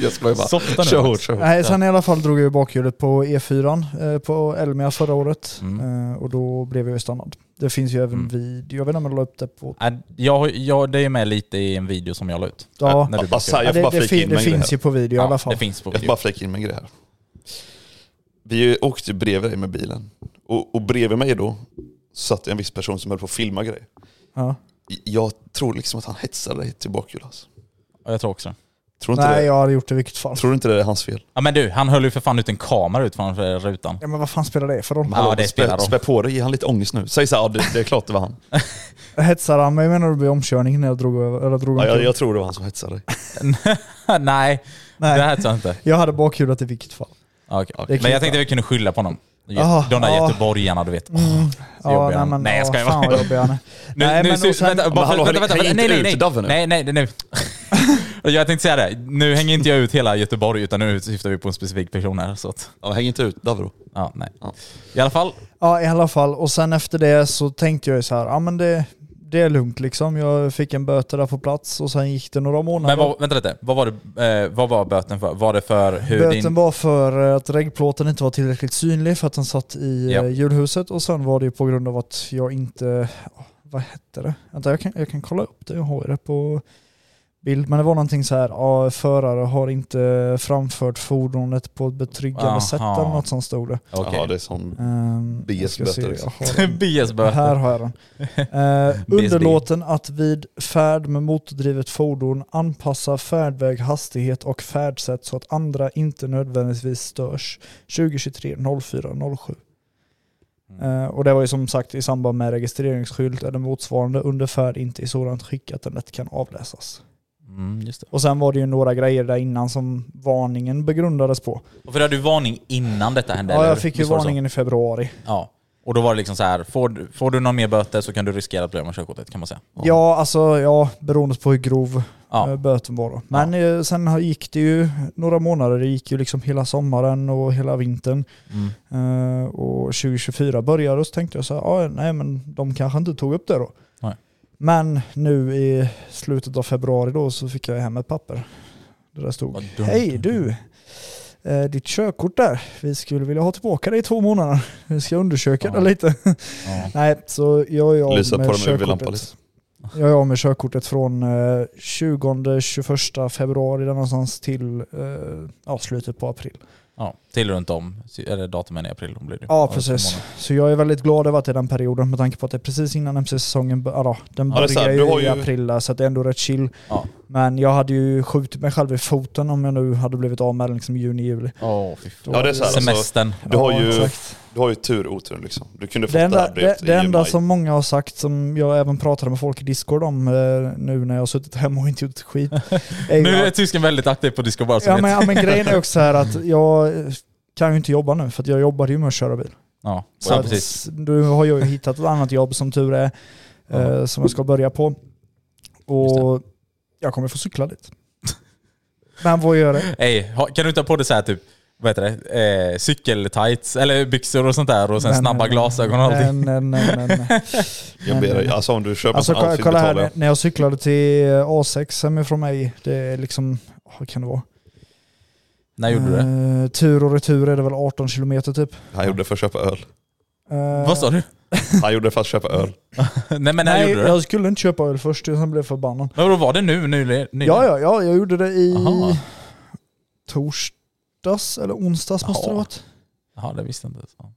S4: Jag ska bara
S1: Softa nu.
S4: kör hårt, kör hårt.
S3: Nej, sen i alla fall drog jag ju bakhjulet på E4 eh, på Elmia förra året
S1: Mm.
S3: eh, och då blev jag ju stannad. Det finns ju även
S1: Mm.
S3: video, jag vet inte om jag la upp det på...
S1: Nej, Jag, jag, det är med lite i en video som jag la ut.
S3: Ja,
S1: När du
S2: Alltså,
S1: bakar.
S2: jag får
S3: det,
S2: bara
S3: det,
S2: flika
S3: fin,
S2: in
S3: det
S2: med en grej
S3: finns
S2: här.
S3: ju på video i alla fall.
S1: Det finns på
S2: Jag får
S1: video.
S2: bara flika in med en grej här. Vi åkte ju bredvid dig med bilen. Och, och bredvid mig då satt en viss person som höll på att filma grejer.
S3: Ja.
S2: Jag tror liksom att han hetsade dig till bakhjul alltså.
S1: Ja, Jag tror också
S2: Tror du inte,
S3: Nej,
S2: det,
S3: jag hade gjort det i vilket fall.
S2: tror du inte det är hans fel?
S1: Ja men du, han höll ju för fan ut en kamera ut från rutan.
S3: Ja, men vad fan spelar det för roll?
S1: Ja, det spelar roll.
S2: Spä på dig, ge han lite ångest nu. Säg så här, ja, det, det är klart det var han.
S3: Hetsade han mig menar du vid omkörningen när jag drog över? Eller drog
S2: Ja, jag,
S3: omkull?
S2: jag tror det var han som hetsade dig.
S1: Nej, det
S3: Nej,
S1: här tror jag inte.
S3: jag hade bakhjulet i vilket fall.
S1: Ja, okej.
S2: Det
S1: Men
S3: kan jag
S1: jag tänkte vi kunde skylla på honom.
S3: Ah,
S1: De där
S3: ah.
S1: göteborgarna du vet. Åh, så
S3: Ja,
S1: jobbiga.
S3: nej, men,
S1: Nej jag
S3: ja,
S1: skojar
S3: Fan
S1: bara.
S3: vad jobbig han är.
S1: Nu,
S3: Nej,
S1: nu,
S3: men
S1: ser-
S3: och sen-
S1: vänta,
S2: Men
S1: bara,
S2: hallå,
S1: vänta,
S2: häng-
S1: vänta,
S2: häng
S1: vänta,
S2: inte
S1: nej, nej,
S2: ut
S1: nej.
S2: Dove nu.
S1: nej, nej, nej. Jag tänkte säga det, nu hänger inte jag ut hela Göteborg utan nu syftar vi på en specifik person här. Så att,
S4: Ja, men häng inte ut Davro.
S1: ja, nej.
S4: Ja.
S1: I alla fall,
S3: Ja, i alla fall. Och sen efter det så tänkte jag ju så här, ja men det, det är lugnt liksom. Jag fick en böter där på plats och sen gick det några månader.
S1: men vad, vänta lite. Vad var, det, eh, vad var böten för? Var det för hur
S3: Böten
S1: din...
S3: var för eh, att reggplåten inte var tillräckligt synlig för att den satt i
S1: Ja.
S3: ja. hjulhuset och sen var det ju på grund av att jag inte... åh, Vad hette det? Vänta, jag kan, jag kan kolla upp det. Jag har ju det på bild. Men det var någonting så här, ja, förare har inte framfört fordonet på ett betryggande
S1: Aha.
S3: sätt eller något sånt stod det.
S1: Okej.
S2: Ja, det är sån...
S3: Ehm,
S4: BS
S3: jag ska
S4: böter,
S3: se, jag
S4: liksom.
S3: har den.
S1: BS-böter.
S3: Här har jag den. Eh,
S1: BSB.
S3: underlåten att vid färd med motordrivet fordon anpassa färdväg, hastighet och färdsätt så att andra inte nödvändigtvis störs. 2023 0407.
S1: Mm.
S3: Eh, och det var ju som sagt i samband med registreringsskylt eller motsvarande under färd inte i sådant skick att den lätt kan avläsas.
S1: Mm, just det.
S3: Och sen var det ju några grejer där innan som varningen begrundades på.
S1: Och för det hade du varning innan detta hände?
S3: Ja,
S1: eller?
S3: jag fick ju
S1: Visst var det så?
S3: varningen i februari.
S1: Ja. Och då var det liksom så här, får, du- får du någon mer böter så kan du riskera att bli av med körkortet kan man säga.
S3: Ja, alltså ja, beroende på hur grov
S1: Ja.
S3: ja. böten var då. Men eh, sen har- gick det ju några månader, det gick ju liksom hela sommaren och hela vintern.
S1: Mm.
S3: Eh, och 2024 började och så tänkte jag så här, ah, nej men de kanske inte tog upp det då.
S1: Nej.
S3: Men nu i slutet av februari då så fick jag hem ett papper. Det där stod,
S1: Vad dumt.
S3: hej du! eh, Ditt körkort där, vi skulle vilja ha tillbaka det i två månader. Vi ska undersöka
S1: Ja.
S3: det lite.
S1: Ja.
S3: Nej, så jag är av
S2: Lysa
S3: med
S2: på dem över lampan
S3: körkortet. Jag är av med körkortet från eh, 20-21 februari där någonstans till eh, ja, slutet på april.
S1: Ja. Till runt om, eller datumen i april då blir det.
S3: Ja, precis. Så jag är väldigt glad över att det är den perioden med tanke på att det är precis innan MC-säsongen bör- ja, den
S2: Ja, det är så här,
S3: börjar
S2: du har
S3: ju i
S2: ju-
S3: april där, så att det är ändå rätt chill.
S1: Ja.
S3: Men jag hade ju skjutit mig själv i foten om jag nu hade blivit av med den liksom i juni-juli.
S1: Åh, fy fan.
S2: Ja, det är så här, alltså,
S1: Semestern.
S2: du, har ju,
S3: exakt.
S2: du har ju tur och otur liksom. Du kunde fått
S3: Det
S2: det,
S3: enda,
S2: här
S3: det,
S2: brevet
S3: det
S2: i
S3: enda
S2: maj.
S3: som många har sagt, som jag även pratade med folk i Discord om eh, nu när jag har suttit hemma och inte gjort ett skit. är ju
S1: Nu är
S3: att-
S1: tysken väldigt aktiv på Discord bara som
S3: ja,
S1: vet.
S3: men, ja, men grejen är också så här att jag kan ju inte jobba nu, för att jag jobbade ju med att köra bil.
S1: Ja,
S3: Så
S1: ja,
S3: att
S1: precis.
S3: nu har jag ju hittat ett annat jobb som tur är, eh, som jag ska börja på. Och jag kommer få cykla dit. Men vad gör det?
S1: Ey, ha- kan du inte ha på dig så här typ, vad heter det, eh, cykeltights eller byxor och sånt där och sen
S3: Men,
S1: snabba
S3: eh,
S1: glasögon och allting.
S3: Nej, nej, nej, nej.
S2: Jag ber dig, alltså om du köper
S3: Alltså
S2: en sån
S3: kolla,
S2: outfit
S3: kolla här,
S2: betalar jag.
S3: när- när jag cyklade till eh, A6 hemifrån mig, det är liksom, åh, vad kan det vara?
S1: När gjorde du det?
S3: Eh, tur och retur är det väl 18 kilometer typ.
S2: Han gjorde det för att köpa öl.
S3: Eh,
S1: Vad sa du?
S2: Han gjorde det för att köpa öl.
S1: Nej men när
S3: Nej,
S1: gjorde du det?
S3: jag skulle inte köpa öl först, sen blev jag förbannad.
S1: Men vadå, var det nu? nu, nu?
S3: Ja, ja, ja, jag gjorde det i
S1: Aha.
S3: torsdags eller onsdags måste det
S1: Jaha.
S3: ha varit.
S1: Jaha, det visste jag inte. Så.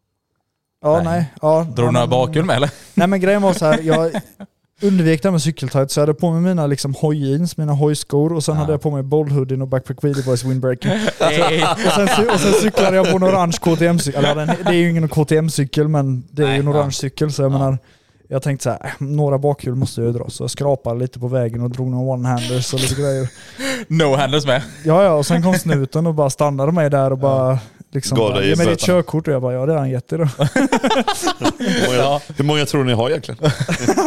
S3: Ja,
S1: Nej.
S3: nej. Ja,
S1: Drog du några bakul med eller?
S3: Nej men grejen var så här, jag undvek det här med cykeltights, så jag hade på mig mina liksom hojjeans, mina hojskor och sen
S1: Ja.
S3: hade jag på mig bollhoodien och backpack Wheelie Boys windbreaker.
S1: Nej.
S3: Och sen, cy- och sen cyklade jag på en orange KTM-cykel. Eller den- det är ju ingen KTM-cykel men det är
S1: Nej,
S3: ju
S1: ja.
S3: en orange cykel så jag
S1: Ja.
S3: menar jag tänkte så här, äh, några bakhjul måste jag ju dra. Så jag skrapade lite på vägen och drog några one-handers och lite grejer.
S1: No handles med.
S3: Ja, ja, och sen kom snuten och bara stannade mig där och bara liksom,
S2: Gav
S3: bara,
S2: dig
S3: ge mig ditt
S2: böterna."
S3: körkort och jag bara, ja det har han gett dig då.
S2: Hur många,
S1: Ja.
S2: hur många tror ni har egentligen?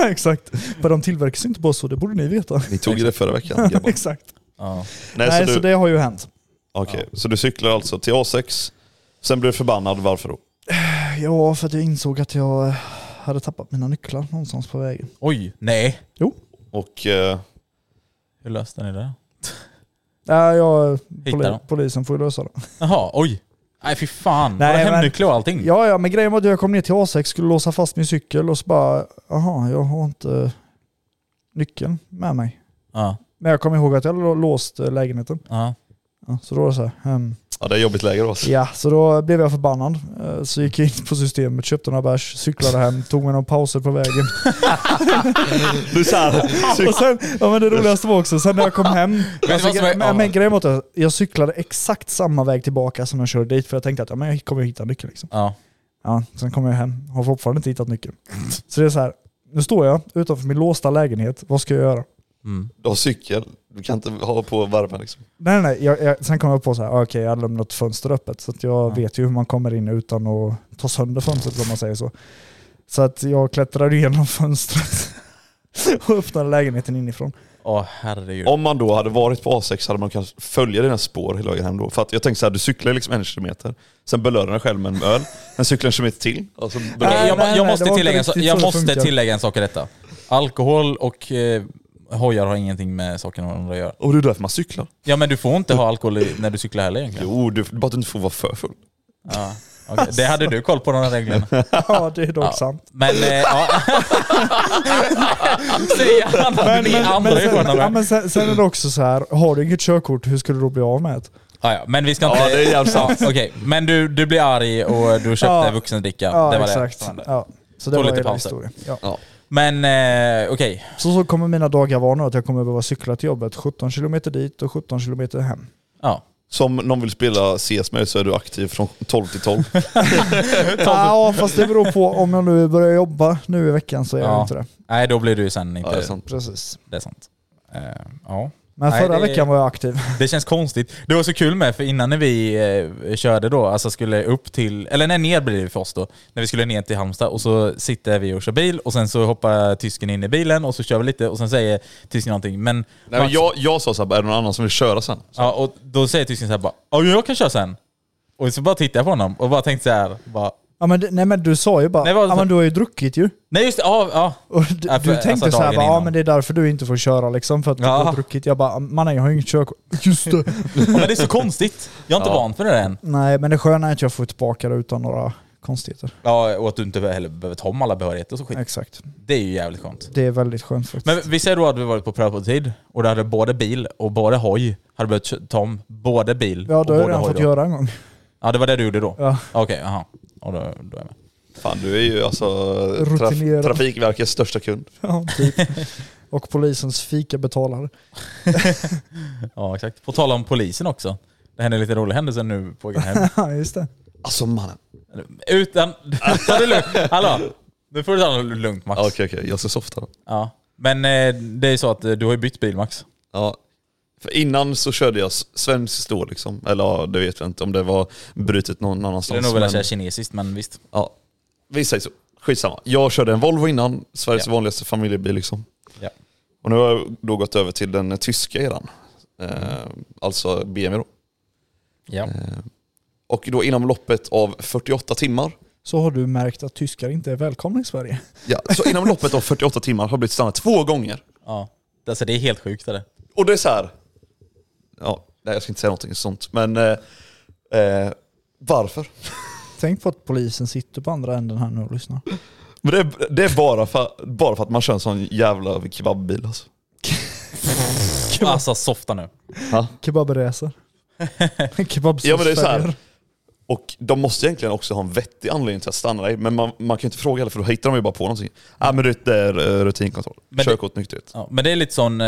S3: Exakt. Men de tillverkas ju inte bara så, det borde ni veta.
S4: Ni tog ju det förra veckan grabbar.
S3: Exakt.
S1: Ja.
S2: Nej,
S3: Nej,
S2: så,
S3: så
S2: du,
S3: det har ju hänt.
S2: okej, så du cyklar alltså till A6, sen blir du förbannad, varför då?
S3: Ja, för att jag insåg att jag eh, hade tappat mina nycklar någonstans på vägen.
S1: Oj, nej.
S2: Och eh,
S1: Hur löste ni det?
S3: Nej, jag,
S1: Hitta dem.
S3: poli, polisen får ju lösa det.
S1: Jaha, oj. Nej fy fan.
S3: Nej,
S1: Var det
S3: men-
S1: hemnycklar och allting?
S3: Ja, ja, men grejen var att jag kom ner till A6, skulle låsa fast min cykel och så bara, jaha, jag har inte nyckeln med mig.
S1: Ja.
S3: Men jag kom ihåg att jag hade lå- låst eh, lägenheten.
S1: ja.
S3: Ja, så då var det så här, ehm,
S2: ja, det är jobbigt läge då. Alltså.
S3: ja, så då blev jag förbannad. Eh, Så gick jag in på systemet, köpte några bärs, cyklade hem, tog mig några pauser på vägen.
S2: Du så här,
S3: Och sen, ja men det roligaste var också, sen när jag kom hem,
S1: du
S3: alltså,
S1: vad som är-
S3: gre-
S1: ja.
S3: men, men grejen var att jag- jag cyklade exakt samma väg tillbaka som jag körde dit för jag tänkte att ja, men jag kommer hitta nyckeln liksom.
S1: ja.
S3: Ja, sen kom jag hem, har fortfarande inte hittat nyckeln. Så det är så här, nu står jag utanför min låsta lägenhet, vad ska jag göra?
S1: Mm.
S2: du har cykel, du kan inte ha på varven liksom.
S3: Nej nej, nej jag, jag, sen kom jag på så här, ah, okej jag hade lämnat fönstret öppet så att jag
S1: Ja.
S3: vet ju hur man kommer in utan att ta sönder fönstret om man säger så. Så att jag klättrade igenom fönstret och öppnade lägenheten inifrån.
S1: Åh herregud.
S2: Om man då hade varit på A6 hade man kunnat följa dina spår hela vägen hem då. För att jag tänkte så här, du cyklar liksom en kilometer, sen belönar du själv med en öl, sen cyklar en kilometer till. Och så
S1: Okej,
S3: Nej,
S1: jag, jag
S3: nej, nej,
S1: måste,
S3: det var
S1: tillägga, en
S3: inte
S1: sak-
S3: riktigt
S1: jag
S3: så det
S1: måste
S3: funkar.
S1: tillägga en sak i detta. Alkohol och eh, hojar har ingenting med saken och andra att göra.
S2: och det är därför man cyklar.
S1: Ja men du får inte ha alkohol i, när du cyklar heller egentligen.
S2: Jo, du, bara att du inte får vara för full.
S1: Ja. okej. Det hade du koll på de här reglerna.
S3: Ja det är dock
S1: Ja.
S3: sant.
S1: Men eh, ja. Säger han att ni andra är
S3: sen,
S1: sköna
S3: ja,
S1: med.
S3: men sen, sen är det också så här, har du inget körkort, hur ska du då bli av med det?
S1: Ja, ja, men vi ska inte...
S2: Ja, det är jävligt sant.
S1: Ja, okej. Men du, du blir arg och du köpte
S3: Ja.
S1: vuxendricka.
S3: Ja,
S1: det var det.
S3: exakt.
S1: som hände.
S3: Ja. Så det
S1: Tog
S3: var
S1: lite
S3: ju den
S1: pauser.
S3: historien. Ja.
S1: Men eh, okej.
S3: Så, så kommer mina dagar vara nu, att jag kommer behöva cykla till jobbet 17 kilometer dit och 17 kilometer hem.
S1: Ja.
S2: Så om någon vill spela CS med så är du aktiv från 12 till 12.
S3: Ja, fast det beror på om jag nu börjar jobba nu i veckan så är
S1: Ja.
S3: jag inte det.
S1: Nej, då blir du sen inte...
S2: Ja, det är sant.
S3: Precis.
S1: Det är sant. Eh, ja.
S3: Men
S1: Nej,
S3: förra
S1: det-
S3: veckan var jag aktiv.
S1: Det känns konstigt. Det var så kul med, för innan när vi eh, körde då, alltså skulle upp till, eller nej ner blir det för oss då, när vi skulle ner till Halmstad och så sitter vi och kör bil och sen så hoppar tysken in i bilen och så kör vi lite och sen säger tysken någonting. Men,
S2: Nej, men jag, jag sa såhär, är det någon annan som vill köra sen?
S1: ja, och då säger tysken så här bara "Ja, jag kan köra sen. Och så bara tittar jag på honom och bara tänkte så här, bara,
S3: Ja, men, det- nej men du sa ju bara,
S1: Nej, vad-
S3: ja, men du har ju druckit ju.
S1: nej just det, ja, ja.
S3: Och du,
S1: Ja, för-
S3: du tänkte
S1: alltså,
S3: så här,
S1: dagen
S3: bara, ja
S1: innan.
S3: men det är därför du inte får köra liksom, för att
S1: Ja.
S3: du har druckit. Jag bara, mannen jag har ju inget körkort. Just det.
S1: Ja, Men det är så konstigt. Jag är inte van för det än.
S3: Nej, men det sköna är att jag får tillbaka det utan några konstigheter.
S1: Ja, och att du inte heller behöver ta om alla behörigheter och så skit.
S3: Exakt.
S1: Det är ju jävligt skönt.
S3: Det är väldigt skönt faktiskt.
S1: Men vi säger då att vi varit på prövotid och då hade både bil och både hoj hade behövt kö- ta om både bil
S3: ja,
S1: och
S3: det har jag
S1: både
S3: redan
S1: hoj.
S3: fått
S1: Då.
S3: göra en gång.
S1: Ja, det var det du gjorde då?
S3: Ja.
S1: Okej, jaha. Och då, då är jag med.
S2: Fan du är ju alltså traf-
S3: Rutinerad.
S2: Trafikverkets största kund.
S3: Ja, typ. Och polisens fika betalar.
S1: Ja, exakt. På tal om polisen också. Det hände lite roliga händelser nu på vägen hem.
S3: Ja, just det.
S2: Alltså mannen.
S1: Utan... Ta det lugnt. Hallå! Nu får du ta det lugnt Max.
S2: Ja, Okej okej, jag ska softa då.
S1: Ja. Men eh, det är så att eh, du har ju bytt bil Max.
S2: Ja. För innan så körde jag s- svensk stå liksom. Eller ja, det vet jag inte om det var brutet någon
S1: Skulle
S2: annanstans.
S1: nog vilja
S2: men-
S1: säga kinesiskt, men visst.
S2: ja. Vi säger så. Skitsamma. Jag körde en Volvo innan, Sveriges
S1: Ja.
S2: vanligaste familjebil liksom.
S1: Ja.
S2: Och nu har jag då gått över till den tyska eran. Eh, alltså BMW då.
S1: Ja.
S2: Eh, och då inom loppet av 48 timmar
S3: Så har du märkt att tyskar inte är välkomna i Sverige.
S2: Ja, så inom loppet av 48 timmar har jag blivit stannad två gånger.
S1: ja. Alltså det är helt sjukt det där.
S2: Och det är så här. Ja, nej, jag ska inte säga någonting sånt, men eh, eh, varför?
S3: Tänk på att polisen sitter på andra änden här nu och lyssnar.
S2: Men det är, det är bara, för, bara för att man kör en sån jävla kebabbil alltså.
S1: Alltså softa nu.
S3: Kebabresa. Kebabsås
S2: Ja men det är så här. Och de måste egentligen också ha en vettig anledning till att stanna dig, men man, man kan ju inte fråga heller för då hittar de ju bara på någonting. Ja ah, men det är eh, rutinkontroll,
S1: Men det-
S2: körkort, nykterhet.
S1: Ja, men det är lite sån eh,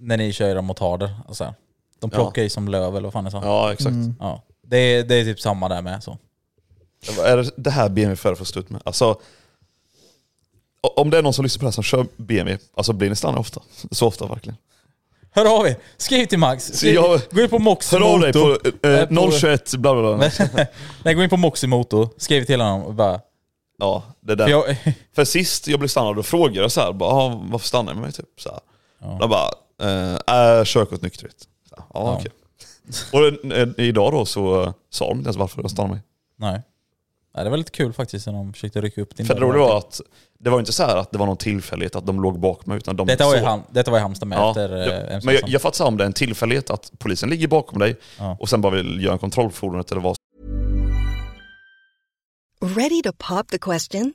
S1: när ni kör era motarder. och så här. De plockar ju som löv eller vad fan det är. så.
S2: Ja exakt.
S1: Ja. Det, är, det är typ samma där med. Så.
S2: Vad Är det, det här BMW förare får stå ut med? Alltså, o- om det är någon som lyssnar på det här som kör BMW, alltså blir ni stannade ofta? Så ofta verkligen.
S1: Hör av er! Skriv till Max. Skriv,
S2: jag-
S1: gå in på Moxie
S2: Hör av dig
S1: Motor.
S2: på
S1: Eh,
S2: eh,
S1: på-
S2: 021 bla bla bla.
S1: Nej, gå in på Moxie Motor. Skriv till honom och bara...
S2: Ja, det där.
S1: För
S2: För,
S1: jag,
S2: sist jag blev stannad och frågade jag så här, bara, "Ah, varför stannar jag mig? Typ, så här. De bara, eh, äh, körkort nykterhet. Så här, Ja,
S1: Ja.
S2: okej. Och eh, idag då så eh, sa de inte ens varför de stannade mig.
S1: nej. nej. Det var lite kul faktiskt när de försökte rycka upp din...
S2: För det roliga var att det var inte så här att det var någon tillfällighet att de låg bakom mig utan de
S1: Detta var, ju
S2: såg-
S1: ham, detta var ju Halmstad med
S2: Ja,
S1: efter
S2: ja,
S1: eh,
S2: men
S1: MC.
S2: jag, jag fattar om det är en tillfällighet att polisen ligger bakom dig
S1: Ja.
S2: och sen bara vill göra en kontroll på fordonet eller vad
S5: Ready to pop the question?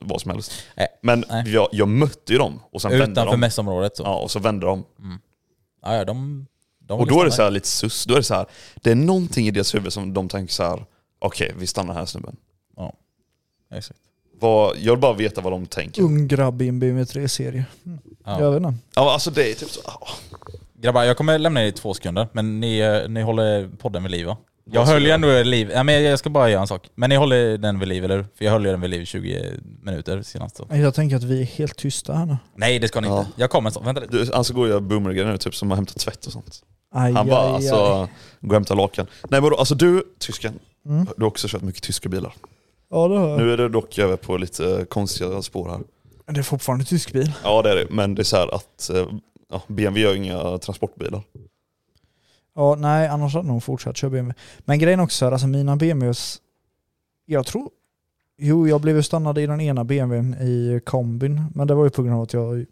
S2: vad som helst.
S1: Nej,
S2: Men
S1: Eh, nej.
S2: jag, jag mötte ju dem och sen vände
S1: Utanför
S2: de.
S1: mässområdet så. Ja.
S2: Ja, och så vände de.
S1: Ja, de, de
S2: Och då är det så
S1: lyssnar.
S2: här lite sus. Då är det så här, det är någonting i deras huvud som de tänker så här. okej vi stannar här snubben.
S1: Ja. Exakt.
S2: Vad, jag vill bara veta vad de tänker.
S3: Ung grabb i en BMW 3-serie.
S1: Ja.
S3: Mm. Jag vet inte.
S2: Ja, alltså det är typ så, ah,
S1: Grabbar, jag kommer lämna er i två sekunder, men ni, eh, ni håller podden vid liv va? Jag höll ju ändå er liv, ja, men jag ska bara göra en sak. Men ni håller den vid liv eller hur? För jag höll ju den vid liv i 20 minuter senast. Så.
S3: Jag tänker att vi är helt tysta här nu.
S1: Nej det ska ni inte. Jag kommer så. Vänta lite.
S2: du, alltså går jag boomergrejer nu typ som att hämta tvätt och sånt.
S3: Aj,
S2: Han bara
S3: aj,
S2: alltså,
S3: aj.
S2: gå och hämta lakan. Nej men då, alltså du, tysken,
S3: Mm.
S2: du har också kört mycket tyska bilar.
S3: Ja, det, hör jag.
S2: Nu är det dock över på lite konstiga spår här.
S3: det är fortfarande tysk bil.
S2: Ja det är det, men det är så här att eh, ja, BMW gör inga transportbilar.
S3: Ja, nej, annars hade jag nog fortsatt köra BMW. Men grejen också är, alltså mina BMWs, jag tror, jo jag blev ju stannad i den ena BMWn i kombin, men det var ju på grund av att jag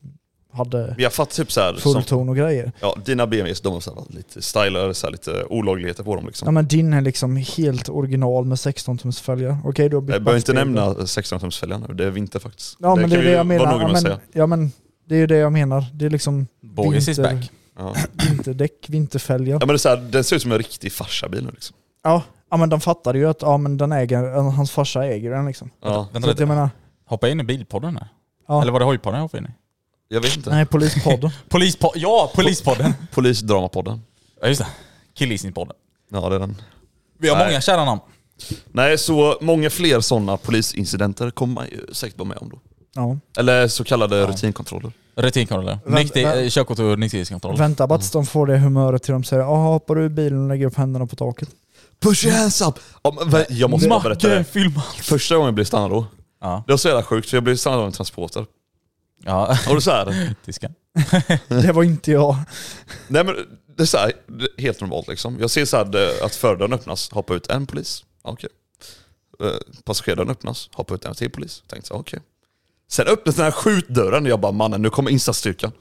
S3: hade
S2: Jag fattar typ så här, som,
S3: fullton och grejer.
S2: ja, dina BMWs de har så här, varit lite stylare, så här, lite olagligheter på dem liksom.
S3: Ja men din är liksom helt original med 16 tums fälgar. Okej du har bytt
S2: jag behöver inte
S3: backspegel.
S2: nämna 16-tumsfälgarna nu, det är vinter faktiskt.
S3: Ja men det
S2: kan
S3: är
S2: vi
S3: det jag menar.
S2: Vara noga
S3: Ja
S2: med att säga.
S3: men, ja men det är ju det jag menar. Det är liksom
S1: Bogis is
S3: vinter-
S1: back.
S2: Ja.
S3: vinterdäck, vinterfälgar.
S2: ja men det är så här, den ser ut som en riktig farsabil nu liksom.
S3: Ja, ja men de fattade ju att ja, men den äger, hans farsa äger den liksom.
S2: Ja,
S1: Vänta
S3: Så att jag
S1: lite.
S3: menar,
S1: Hoppa in i bilpodden här.
S3: Ja.
S1: Eller var det hojpodden jag hoppade in i?
S2: jag vet inte.
S3: nej polispodden.
S1: Polispod ja, polispodden!
S2: Polisdramapodden.
S1: ja just det. Killgissningspodden.
S2: Ja det är den.
S1: Vi har
S2: Nej.
S1: många kära namn.
S2: Nej så många fler sådana polisincidenter kommer man ju säkert vara med om då.
S3: Ja.
S2: Eller så kallade rutinkontroller.
S1: Rutinkontroller.
S3: Vem-
S1: Nykter-
S3: vem-
S1: eh, Körkort och Mm. nykterhetskontroll.
S3: Vänta bara tills de får det humöret till de säger Jaha, hoppar du ur bilen och lägger upp händerna på taket.
S2: Push your hands up! Ja, men, vä- jag måste bara berätta
S1: Macke,
S2: det.
S1: filma!
S2: Första gången jag blev stannad då,
S1: Ja.
S2: det var så jävla sjukt för jag blev stannad av en transporter.
S1: Ja,
S2: Och det är så här,
S1: tyskan.
S3: Det var inte jag.
S2: nej men det är så här, det är helt normalt liksom. Jag ser så här det- att fördörren öppnas, hoppa ut en polis. Ja, okej. Eh, Passageraren öppnas, hoppa ut en till polis. Tänkte så här, okej. Sen öppnas den här skjutdörren och jag bara mannen nu kommer insatsstyrkan.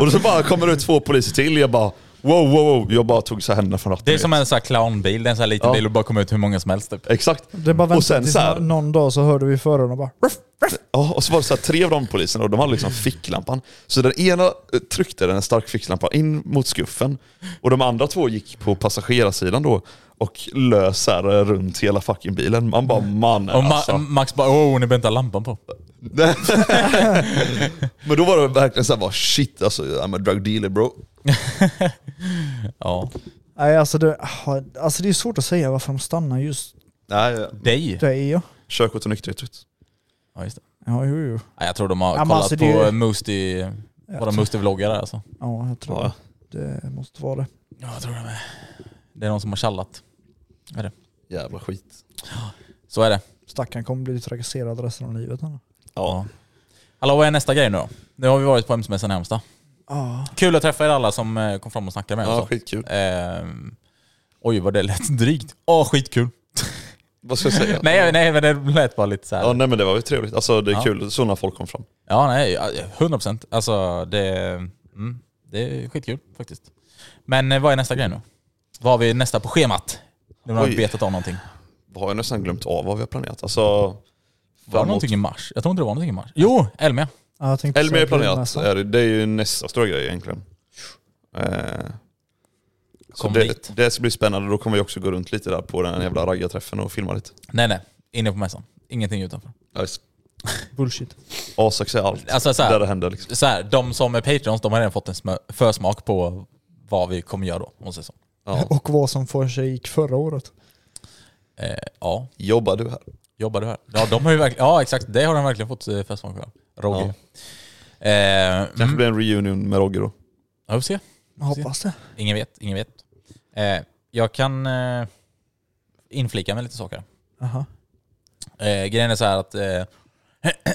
S2: och så bara kommer det ut två poliser till jag bara wow wow wow. Jag bara tog så här händerna från ratten.
S1: Det är
S2: du
S1: som
S2: vet.
S1: en sån här clownbil, det är en sån här liten
S2: Ja.
S1: bil och bara kommer ut hur många som helst typ.
S2: Exakt.
S3: Det är bara
S2: och
S3: vänta
S2: sen
S3: tills
S2: så här,
S3: någon dag så hörde vi föraren och bara
S2: Ja, och så var det så här tre av de poliserna och de hade liksom ficklampan. Så den ena eh, tryckte den stark ficklampa in mot skuffen och de andra två gick på passagerarsidan då och lös så här eh, runt hela fucking bilen. Man bara mannen
S1: Mm. Och Ma-
S2: alltså.
S1: Max bara åh, ni behöver inte ha lampan på.
S2: Men då var det verkligen så här bara shit alltså I'm a drug dealer bro.
S1: Ja.
S3: Nej alltså det, ah, alltså det är svårt att säga varför de stannar just
S2: Nej,
S1: Dig?
S3: dig ja.
S2: Körkort och nykterhetsrätt.
S1: Ja, just det.
S3: Ja jo jo.
S1: Ja, jag tror de har
S3: Ja, men
S1: kollat
S3: alltså,
S1: på
S3: det är ju-
S1: Moosty, våra
S3: tror-
S1: Moosty-vloggare alltså.
S3: Ja jag tror
S2: Ja.
S3: det. Det måste vara det.
S1: Ja, jag tror det med. Det är någon som har tjallat.
S2: Jävla skit.
S1: Så är det.
S3: Stackaren kommer bli trakasserad resten av livet. Ja.
S1: Ja. Hallå, vad är nästa grej nu då? Nu har vi varit på MC-mässan i Halmstad.
S3: Ah.
S1: Kul att träffa er alla som eh, kom fram och snackade med
S2: Ja,
S1: oss.
S2: skitkul.
S1: Ehm, oj, vad det lät drygt. Åh, skitkul.
S2: Vad ska jag säga?
S1: nej, nej, men det lät bara lite så här.
S2: Ja, nej men det var ju trevligt. Alltså det är
S1: Ja.
S2: kul, så när folk kom fram.
S1: Ja, nej, ja, 100 procent. Alltså, det, mm, det är skitkul faktiskt. Men eh, vad är nästa grej nu? Vad har vi nästa på schemat? Nu har vi
S2: Oj.
S1: betat av någonting.
S2: Vad har jag nästan glömt av vad vi har planerat? Alltså...
S1: Var det någonting i mars? Jag tror inte det var någonting i mars. Jo, Elmia.
S3: Ja, jag tänkte
S2: Elmer är
S3: säga
S2: planerat,
S3: brudmässa.
S2: är det, det är ju nästa stora grej egentligen. Eh, så
S1: Kom dit.
S2: det, det ska bli spännande, då kommer vi också gå runt lite där på den här jävla raggarträffen och filma lite.
S1: Nej, nej. Inne på mässan. Ingenting utanför.
S2: Nice.
S3: Bullshit.
S2: Asax är allt
S1: Alltså, så här-
S2: där det händer liksom.
S1: Så här, de som är Patreons, de har redan fått en smö- försmak på vad vi kommer göra då, om man säger så.
S2: Ja.
S3: Och vad som för sig gick förra året.
S1: Eh, ja,
S2: Jobbar du här?
S1: jobbar du här? Ja, de har ju verkligen, ja exakt. Det har de verkligen fått eh, försmak för. Roger. Eh,
S2: Kanske
S1: mm.
S2: blir en reunion med Rogge då.
S1: Ja, vi får se.
S3: Jag hoppas det.
S1: Ingen vet, ingen vet. Eh, jag kan eh, inflika med lite saker.
S3: Aha.
S1: Eh, grejen är så här att, eh,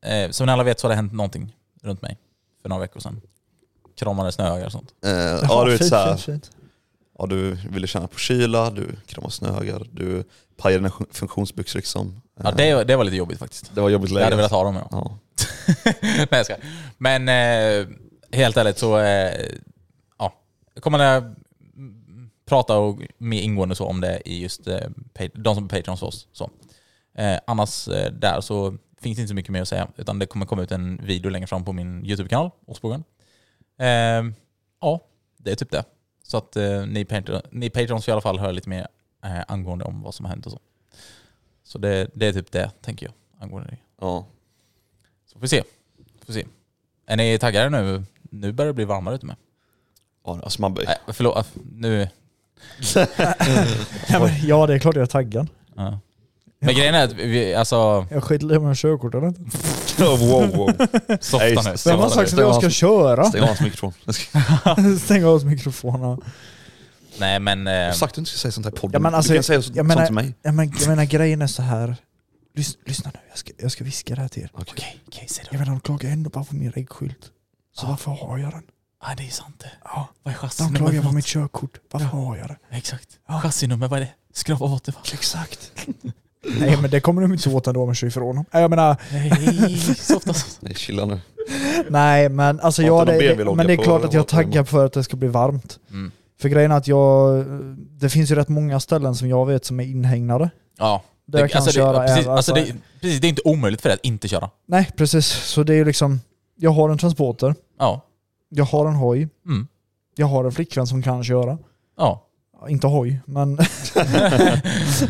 S1: eh, som ni alla vet så har det hänt någonting runt mig för några veckor sedan. Kramade snöhögar och sånt.
S2: Eh, ja, du vet
S3: fint,
S2: så här,
S3: fint, fint.
S2: ja, du ville känna på kyla, du kramade snöhögar, du pajade dina sj- funktionsbyxor liksom. Eh,
S1: Ja, det, det var lite jobbigt faktiskt.
S2: det var jobbigt läge.
S1: Jag hade velat ha dem ja.
S2: Ja.
S1: Nej jag skojar. Men eh, helt ärligt så, eh, ja. Jag kommer att prata och mer ingående så om det i just eh, pa- de som är Patreons för oss. Så. Eh, annars eh, där så finns det inte så mycket mer att säga. Utan det kommer komma ut en video längre fram på min YouTube-kanal, Ostbågen. Eh, ja, det är typ det. Så att eh, ni, Patreon, ni Patreons får i alla fall höra lite mer eh, angående om vad som har hänt och så. Så det, det är typ det, tänker jag, angående det.
S2: Ja.
S1: Så får vi se. Får se. Är ni taggade nu? Nu börjar det bli varmare ute med.
S2: Ja, alltså man blir...
S1: Nej, förlåt. aff, Nu.
S3: Ja, men, ja det är klart jag är taggad.
S1: Ja. Men grejen är att vi, alltså,
S3: Jag skiter i om jag har körkort eller inte.
S2: wow, wow. Nej,
S1: softa nu.
S2: stäng
S3: Vem har
S2: av-
S3: sagt att
S2: stäng av
S3: jag ska
S2: hans-
S3: köra?
S2: Stäng av hans mikrofon. Jag ska-
S3: Stäng av mikrofonen.
S1: Nej men,
S2: Jag
S1: eh,
S2: har sagt att du inte ska säga sånt här i podden.
S3: Ehm, Ja, men alltså,
S2: du kan säga så,
S3: jag menar-
S2: sånt till mig.
S3: Jag, men, jag menar grejen är så här. Lys, lyssna nu, jag ska, jag ska viska det här till er.
S2: Okej.
S1: okej, säg
S3: Jag menar de klagar ändå bara på min reggskylt. Så varför har jag den?
S1: Ja det är sant det.
S3: Ja.
S1: Vad är
S3: De klagar på
S1: för något?
S3: mitt körkort. Varför har jag det?
S1: Exakt. Chassinummer, vad är det? Skrapa bort det va?
S3: Exakt. Nej men det kommer de inte åt ändå om jag kör ifrån dem. Nej, Jag menar,
S1: Nej, softa. softa.
S2: Nej, chilla nu.
S3: nej men alltså
S2: Har
S3: jag,
S2: inte någon
S3: det,
S2: BMW-logga
S3: det, men det är
S2: på-
S3: klart att jag
S2: på- på-
S3: taggar för att det ska bli varmt.
S1: Mm.
S3: För grejen är att jag, det finns ju rätt många ställen som jag vet som är inhägnade.
S1: Ja.
S3: Där jag kan
S1: alltså,
S3: köra
S1: det, precis,
S3: även,
S1: alltså,
S3: alltså-
S1: det, precis, det är inte omöjligt för dig att inte köra.
S3: Nej precis, så det är ju liksom, jag har en transporter,
S1: Ja.
S3: jag har en hoj,
S1: Mm.
S3: jag har en flickvän som kan köra.
S1: Ja.
S3: Ja, Inte hoj, men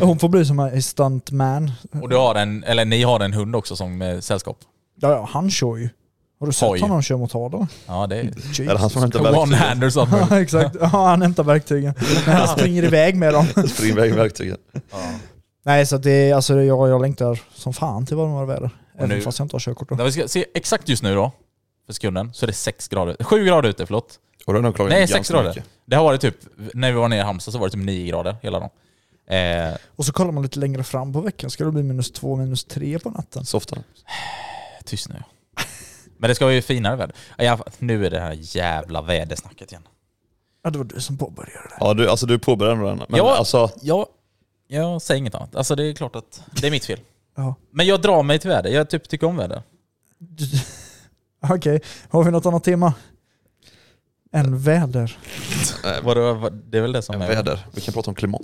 S3: hon får bli som en stuntman.
S1: Och du har en, eller ni har en hund också som eh, sällskap.
S3: Ja, ja, han kör ju. Har du sett
S1: Hoj.
S3: honom köra motard eller?
S1: Ja det är...
S3: Jesus.
S2: Är det han som hämtar verktygen?
S1: One-hander som...
S3: Ja, exakt. Ja, han hämtar verktygen. Men han springer iväg med dem.
S2: Spring iväg med verktygen.
S3: Nej, så att det är, alltså, jag, jag längtar som fan till varmare väder. Även
S1: nu-
S3: fast jag inte har körkort då.
S1: När vi ska se exakt just nu då, för sekunden, så är det 6 grader. 7 grader ute, förlåt.
S2: Och då har de klagat
S1: Nej,
S2: ganska
S1: 6 grader.
S2: mycket.
S1: Det har varit typ, när vi var nere i Halmstad så var det typ 9 grader hela dagen. Eh,
S3: Och så kollar man lite längre fram på veckan, ska det bli minus två, minus tre på natten?
S2: Softa nu.
S1: tyst nu. Men det ska vara ju finare väder. I alla fall, nu är det här jävla vädersnacket igen.
S3: Ja, det var du som påbörjade det.
S2: Ja, du, alltså du påbörjade den. Men
S1: Ja.
S2: alltså,
S1: Jag, jag säger inget annat. Alltså det är klart att det är mitt fel.
S3: Ja.
S1: Men jag drar mig till väder. Jag typ tycker om väder.
S3: Du- Okej, har vi något annat tema? Än väder.
S1: Vadå, vad- det är väl det som är...
S2: Eh. väder. Vi kan prata om klimat.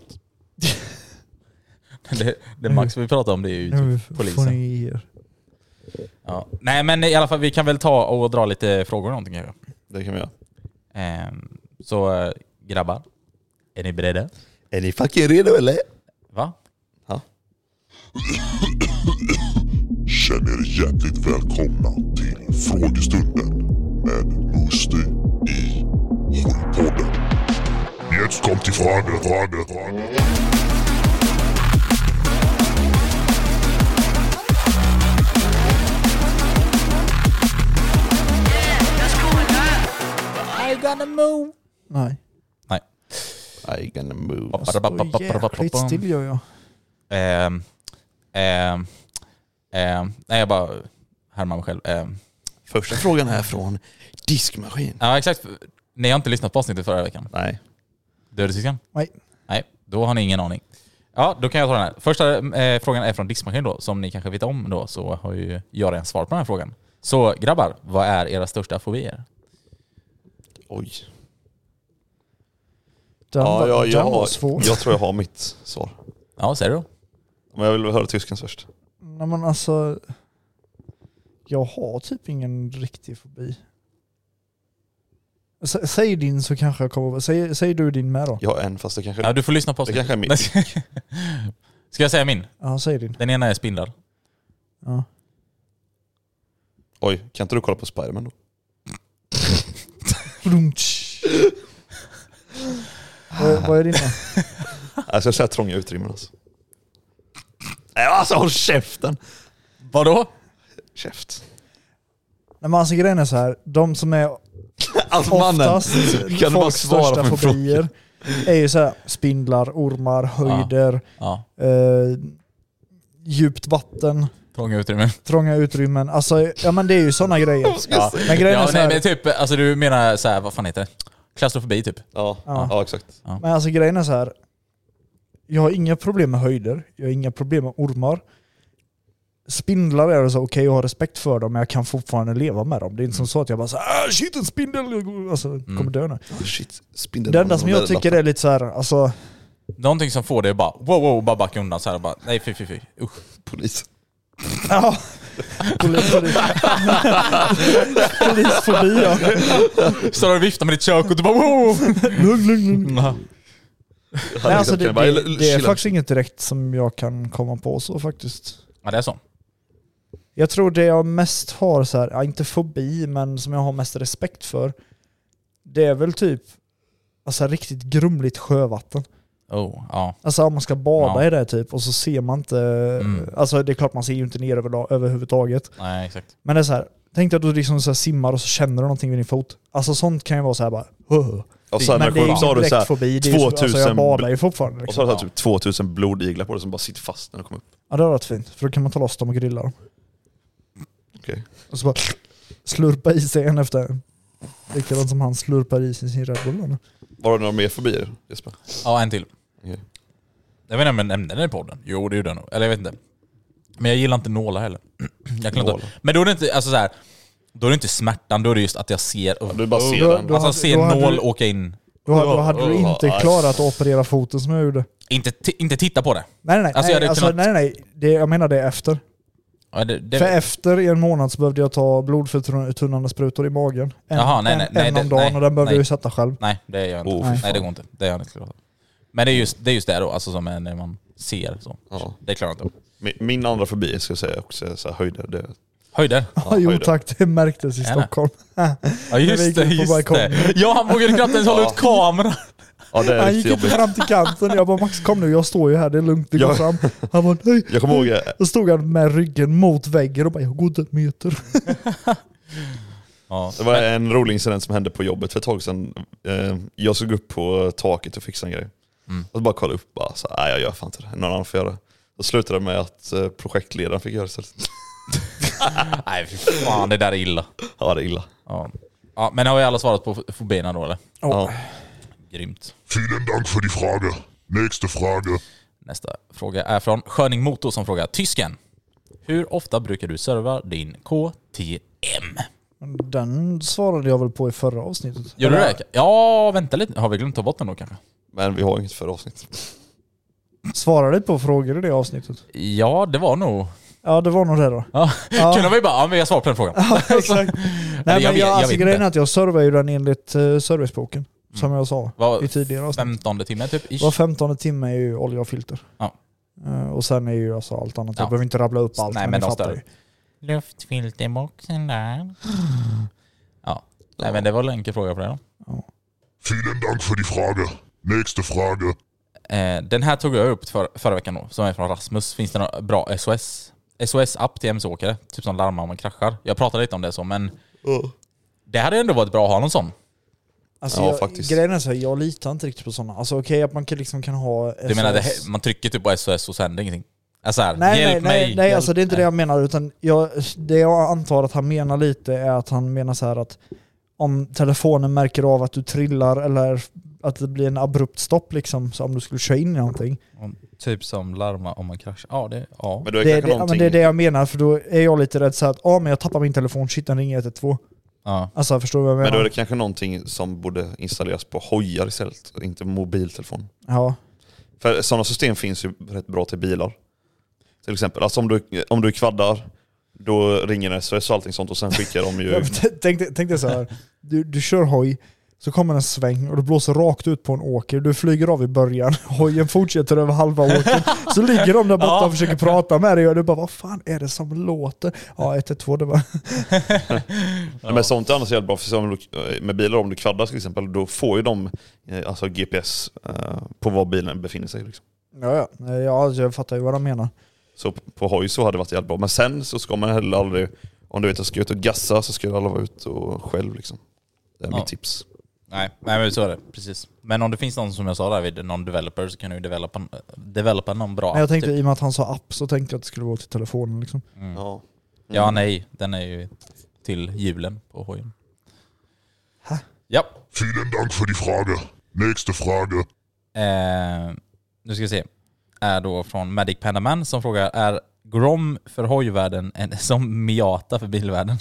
S1: Det, det max vi pratar om det är ju
S3: Nu
S1: typ
S3: får
S1: polisen.
S3: ni ge er.
S1: Ja. Nej men i alla fall, vi kan väl ta och dra lite frågor eller någonting kanske.
S2: Det kan vi göra.
S1: Ehm, Så eh, grabbar, är ni beredda?
S2: Är ni fucking redo eller?
S1: Va?
S2: Ja.
S6: Känn er hjärtligt välkomna till frågestunden med Musti i Horrorpodden. Vadet, vadet, vadet.
S3: I gonna move. Nej.
S1: Nej.
S4: I gonna move.
S3: Jag står jäkligt still gör jag.
S1: Ehm, ehm, ehm, nej, jag bara härmar mig själv. Ehm.
S4: Första frågan är från diskmaskin.
S1: Ja, exakt. Ni har inte lyssnat på avsnittet förra veckan? Nej. Dödesyskan?
S3: Nej.
S1: Nej, då har ni ingen aning. Ja, då kan jag ta den här. Första eh, frågan är från diskmaskin då, som ni kanske vet om då, så har ju jag redan svarat på den här frågan. Så grabbar, vad är era största fobier?
S2: Oj.
S3: Den
S2: ja,
S3: var-
S2: jag,
S3: den
S2: jag,
S3: var
S2: har,
S3: svår.
S2: jag tror jag har mitt svar.
S1: Ja, säger du
S2: Men jag vill höra tyskens först.
S3: Nej men alltså, jag har typ ingen riktig fobi. S- säg din så kanske jag kommer säg, säg du din med då.
S2: Jag har en fast det kanske...
S1: Ja, du får lyssna på
S2: Det
S1: avsnittet.
S2: kanske är min.
S1: Ska jag säga min?
S3: Ja, säg din.
S1: Den ena är spindlar.
S3: Ja.
S2: Oj, kan inte du kolla på Spiderman då?
S3: Brunch. Vad- Vad är din då?
S2: Jag ska säga trånga utrymmen alltså. Nej, Alltså håll käften!
S1: Vadå?
S2: Käft.
S3: Nej men alltså grejen är så här, de som är
S2: Alltså mannen,
S3: oftast
S2: kan du bara
S3: folks
S2: svara
S3: största
S2: på min fråga?
S3: fobier är ju så här, spindlar, ormar, höjder,
S1: Ja.
S3: Eh, djupt vatten,
S1: Trånga utrymmen.
S3: trånga utrymmen. Alltså ja men det är ju sådana grejer.
S1: Ja.
S3: Men grejen är
S1: ja,
S3: så
S1: nej,
S3: här,
S1: men typ, alltså du menar så här, vad fan heter det? Klaustrofobi typ?
S2: Ja,
S3: Ja.
S2: exakt.
S1: Ja.
S3: Men alltså grejen är så här. Jag har inga problem med höjder, jag har inga problem med ormar. Spindlar är det så, okej jag har respekt för dem men jag kan fortfarande leva med dem. Det är
S2: Mm.
S3: inte som så att jag bara så här, "Ah, shit en spindel, jag går- alltså kommer dö nu.
S2: Oh, shit,
S3: Det enda som jag tycker är lite så här, alltså
S1: Någonting som får dig att bara wow wow, bara backa undan så här och bara nej fy fy fy. Usch.
S2: Polis.
S3: ja. Polis, polis. Polisfobi ja.
S1: Står där och viftar med ditt kök och du bara wow!
S3: Lugn, lugn, lugn.
S1: Ja.
S3: Nej, alltså, det,
S2: Bara,
S3: det, det är
S2: chilla.
S3: faktiskt inget direkt som jag kan komma på så faktiskt.
S1: Ja det är så.
S3: Jag tror det jag mest har, så här, ja, inte fobi, men som jag har mest respekt för, det är väl typ alltså, riktigt grumligt sjövatten.
S1: Oh, ja.
S3: Alltså om man ska bada
S1: Ja.
S3: i det typ och så ser man inte,
S1: Mm.
S3: alltså det är klart man ser ju inte ner över, överhuvudtaget.
S1: Nej exakt.
S3: Men det är så här, tänk dig att du liksom så här simmar och så känner du någonting vid din fot. Alltså sånt kan ju vara så här bara, "Huh."
S2: Och sen när
S3: Men
S2: du
S3: det är
S2: kom
S3: ju
S2: så har du
S3: inte direkt
S2: såhär
S3: fobi, det är ju så- alltså
S2: 2000
S3: jag badar ju
S2: bl-
S3: fortfarande.
S2: och
S3: Liksom.
S2: så har du så här typ 2000 blodiglar på det som bara sitter fast när de kommer upp.
S3: Ja det har varit fint, för då kan man ta loss dem och grilla dem.
S2: Okej.
S3: Och så bara slurpa i sig en efter en. Likadant som han slurpar i sig sin Red Bull. eller?
S2: Var det några mer fobier Jesper?
S1: Ja en till.
S2: Okej.
S1: Jag vet inte om jag nämnde den i podden. Jo det gjorde jag nog. Eller jag vet inte. Men jag gillar inte nålar heller. Jag kan inte.
S2: Nålar.
S1: Men då är det inte, alltså så här, då är det inte smärtan, då är det just att jag ser...
S2: Du bara ser
S3: Oh, Då-
S2: den.
S3: då-
S1: Alltså jag ser
S3: Då hade
S1: nål
S3: du-
S1: åka in.
S3: Då, hade- då hade du
S2: Oh,
S3: inte
S2: aj.
S3: klarat att operera foten som jag gjorde.
S1: Inte, ti- inte titta på det.
S3: Nej nej nej,
S1: Alltså, jag hade
S3: nej, alltså,
S1: kunnat-
S3: nej, nej. Det, jag menar det efter.
S1: Ja, det, det
S3: För efter i en månad så behövde jag ta blodförtunnande sprutor i magen. En,
S1: Jaha, nej,
S3: en,
S1: nej, nej,
S3: en
S1: det-
S3: om dagen
S1: nej,
S3: och den behövde
S1: nej.
S3: jag ju sätta själv.
S1: Nej, det gör jag inte.
S2: Oh,
S1: nej.
S3: fy
S1: det går inte. Det gör jag inte. såklart. Men det är just det, är just det då, alltså som är när man ser så.
S2: Ja.
S1: Det klarar jag inte av.
S2: Min, min andra fobi ska jag säga också är så här höjder. Det,
S1: Höjder.
S3: Ja, jo
S2: höjder.
S3: tack, det märktes i
S1: Gärna.
S3: Stockholm.
S1: Ja
S3: vi
S1: just
S3: gick
S1: det,
S3: ut på
S1: just
S3: balkongen.
S1: det. Ja han vågade knappt ens hålla
S2: Ja.
S1: ut kameran.
S2: Ja det är
S3: Han gick
S2: riktigt
S3: inte
S2: jobbigt.
S3: fram till kanten. Jag bara Max kom nu, jag står ju här, det är lugnt, det går
S2: Ja.
S3: fram. Han bara nej.
S2: Jag kommer ihåg, eh,
S3: Då stod han med ryggen mot väggen och bara jag går inte en meter.
S1: Ja.
S2: det var en rolig incident som hände på jobbet för ett tag sedan. Eh, Jag skulle gå upp på taket och fixa en grej.
S1: Mm.
S2: Och så bara kolla upp, bara så här, nej jag gör fan inte det. Någon annan får göra det. Då slutade det med att eh, projektledaren fick göra det istället.
S1: Nej fy fan det där är illa.
S2: Ja det är illa.
S1: Ja. Ja, men har vi alla svarat på f- fobierna då eller?
S2: Ja.
S1: Grymt.
S6: Vielen Dank für die Frage. Nächste Frage.
S1: Nästa fråga är från Sköning Motor som frågar Tysken. Hur ofta brukar du serva din KTM?
S3: Den svarade jag väl på i förra avsnittet.
S1: Gör du det? Ja, vänta lite. Har vi glömt ta bort den då kanske?
S2: Men vi har inget förra avsnitt.
S3: Svarade du på frågor i det avsnittet?
S1: Ja, det var nog...
S3: Ja det var nog det då.
S1: Ja.
S3: Ja.
S1: Kunde vi bara, ja men vi har svarat på den frågan.
S3: Exakt. Nej,
S1: jag
S3: men
S1: vet-
S3: jag,
S1: jag
S3: alltså,
S1: vet
S3: grejen
S1: inte. Mm.
S3: är att jag servar ju den enligt uh, serviceboken. Som jag sa
S1: Vad-
S3: i tidigare avsnitt.
S1: 15 timme typ. ish.
S3: Var femtonde timme är ju olja och filter.
S1: Ja.
S3: Eh, och sen är ju alltså allt annat.
S1: Ja.
S3: Jag behöver inte rabbla upp allt.
S1: Nej,
S3: men
S1: men
S3: ni
S1: de
S3: fattar
S1: stör.
S3: ju.
S1: Luftfilterboxen där. Ja. Nej men det var en enkel fråga på det då.
S6: Vielen Dank für die Frage. Nächste Frage.
S1: Eh, den här tog jag upp för, förra veckan då, som är från Rasmus. Finns det några bra SOS? SOS-app till MC-åkare, typ som larmar om man kraschar. Jag pratade lite om det så, men det hade ändå varit bra att ha någon sån.
S3: Alltså jag, Grejen är så här, jag litar inte riktigt på sådana. Alltså okej att man kan, liksom kan ha...
S1: Du menar, det, man trycker typ på SOS och så händer ingenting? Alltså här,
S3: Nej,
S1: hjälp
S3: nej,
S1: mig!
S3: nej, nej
S1: hjälp
S3: alltså det är inte det jag menar. Utan jag, det jag antar att han menar lite är att han menar så här att om telefonen märker av att du trillar eller att det blir en abrupt stopp liksom, så om du skulle köra in i någonting.
S1: Om- Typ som larma om man kraschar. Ja, det... Ja.
S2: Men
S3: Det, det, ja, men det är det jag menar, för då är jag lite rädd så här att ah, men jag tappar min telefon, shit den ringer 112.
S1: Ja.
S3: Alltså förstår du vad jag
S2: Men
S3: menar?
S2: då är det kanske någonting som borde installeras på hojar istället, inte mobiltelefon.
S3: Ja.
S2: För sådana system finns ju rätt bra till bilar. Till exempel, alltså om du, om du kvaddar, då ringer en SOS och allting sånt och sen skickar de
S3: Ja,
S2: ju...
S3: men t- tänk, dig- tänk dig så här. Du, du kör hoj, så kommer en sväng och du blåser rakt ut på en åker. Du flyger av i början, hojen fortsätter över halva åkern. Så ligger de där borta och försöker prata med dig och du bara vad fan är det som låter? Ja, 112 det var...
S2: Nej, Men sånt är annars jävligt bra, för som du- med bilar om du kvaddar till exempel, då får ju de eh, alltså GPS eh, på var bilen befinner sig. Liksom.
S3: Ja, ja. Nej, ja alltså, jag fattar ju vad de menar.
S2: Så på- på hoj så hade det varit jävligt bra. Men sen så ska man heller aldrig, om du vet att ska ut och gassa så ska du aldrig vara ute och själv liksom. Det är
S1: Ja.
S2: mitt tips.
S1: Nej, nej, men så är det. Precis. Men om det finns någon som jag sa där vid, någon developer, så kan du ju developa, developa någon bra
S3: Men jag
S1: app,
S3: tänkte
S1: typ.
S3: i och med att han sa app så tänkte jag att det skulle vara till telefonen liksom.
S1: Mm.
S2: Ja.
S1: Ja, nej. Den är ju till hjulen på hojen. Ja.
S6: Vielen Dank für die Frage. Nächste Frage.
S1: Eh, nu ska vi se. Är då från Magic Pandaman som frågar, är Grom för hojvärlden en, som Miata för bilvärlden?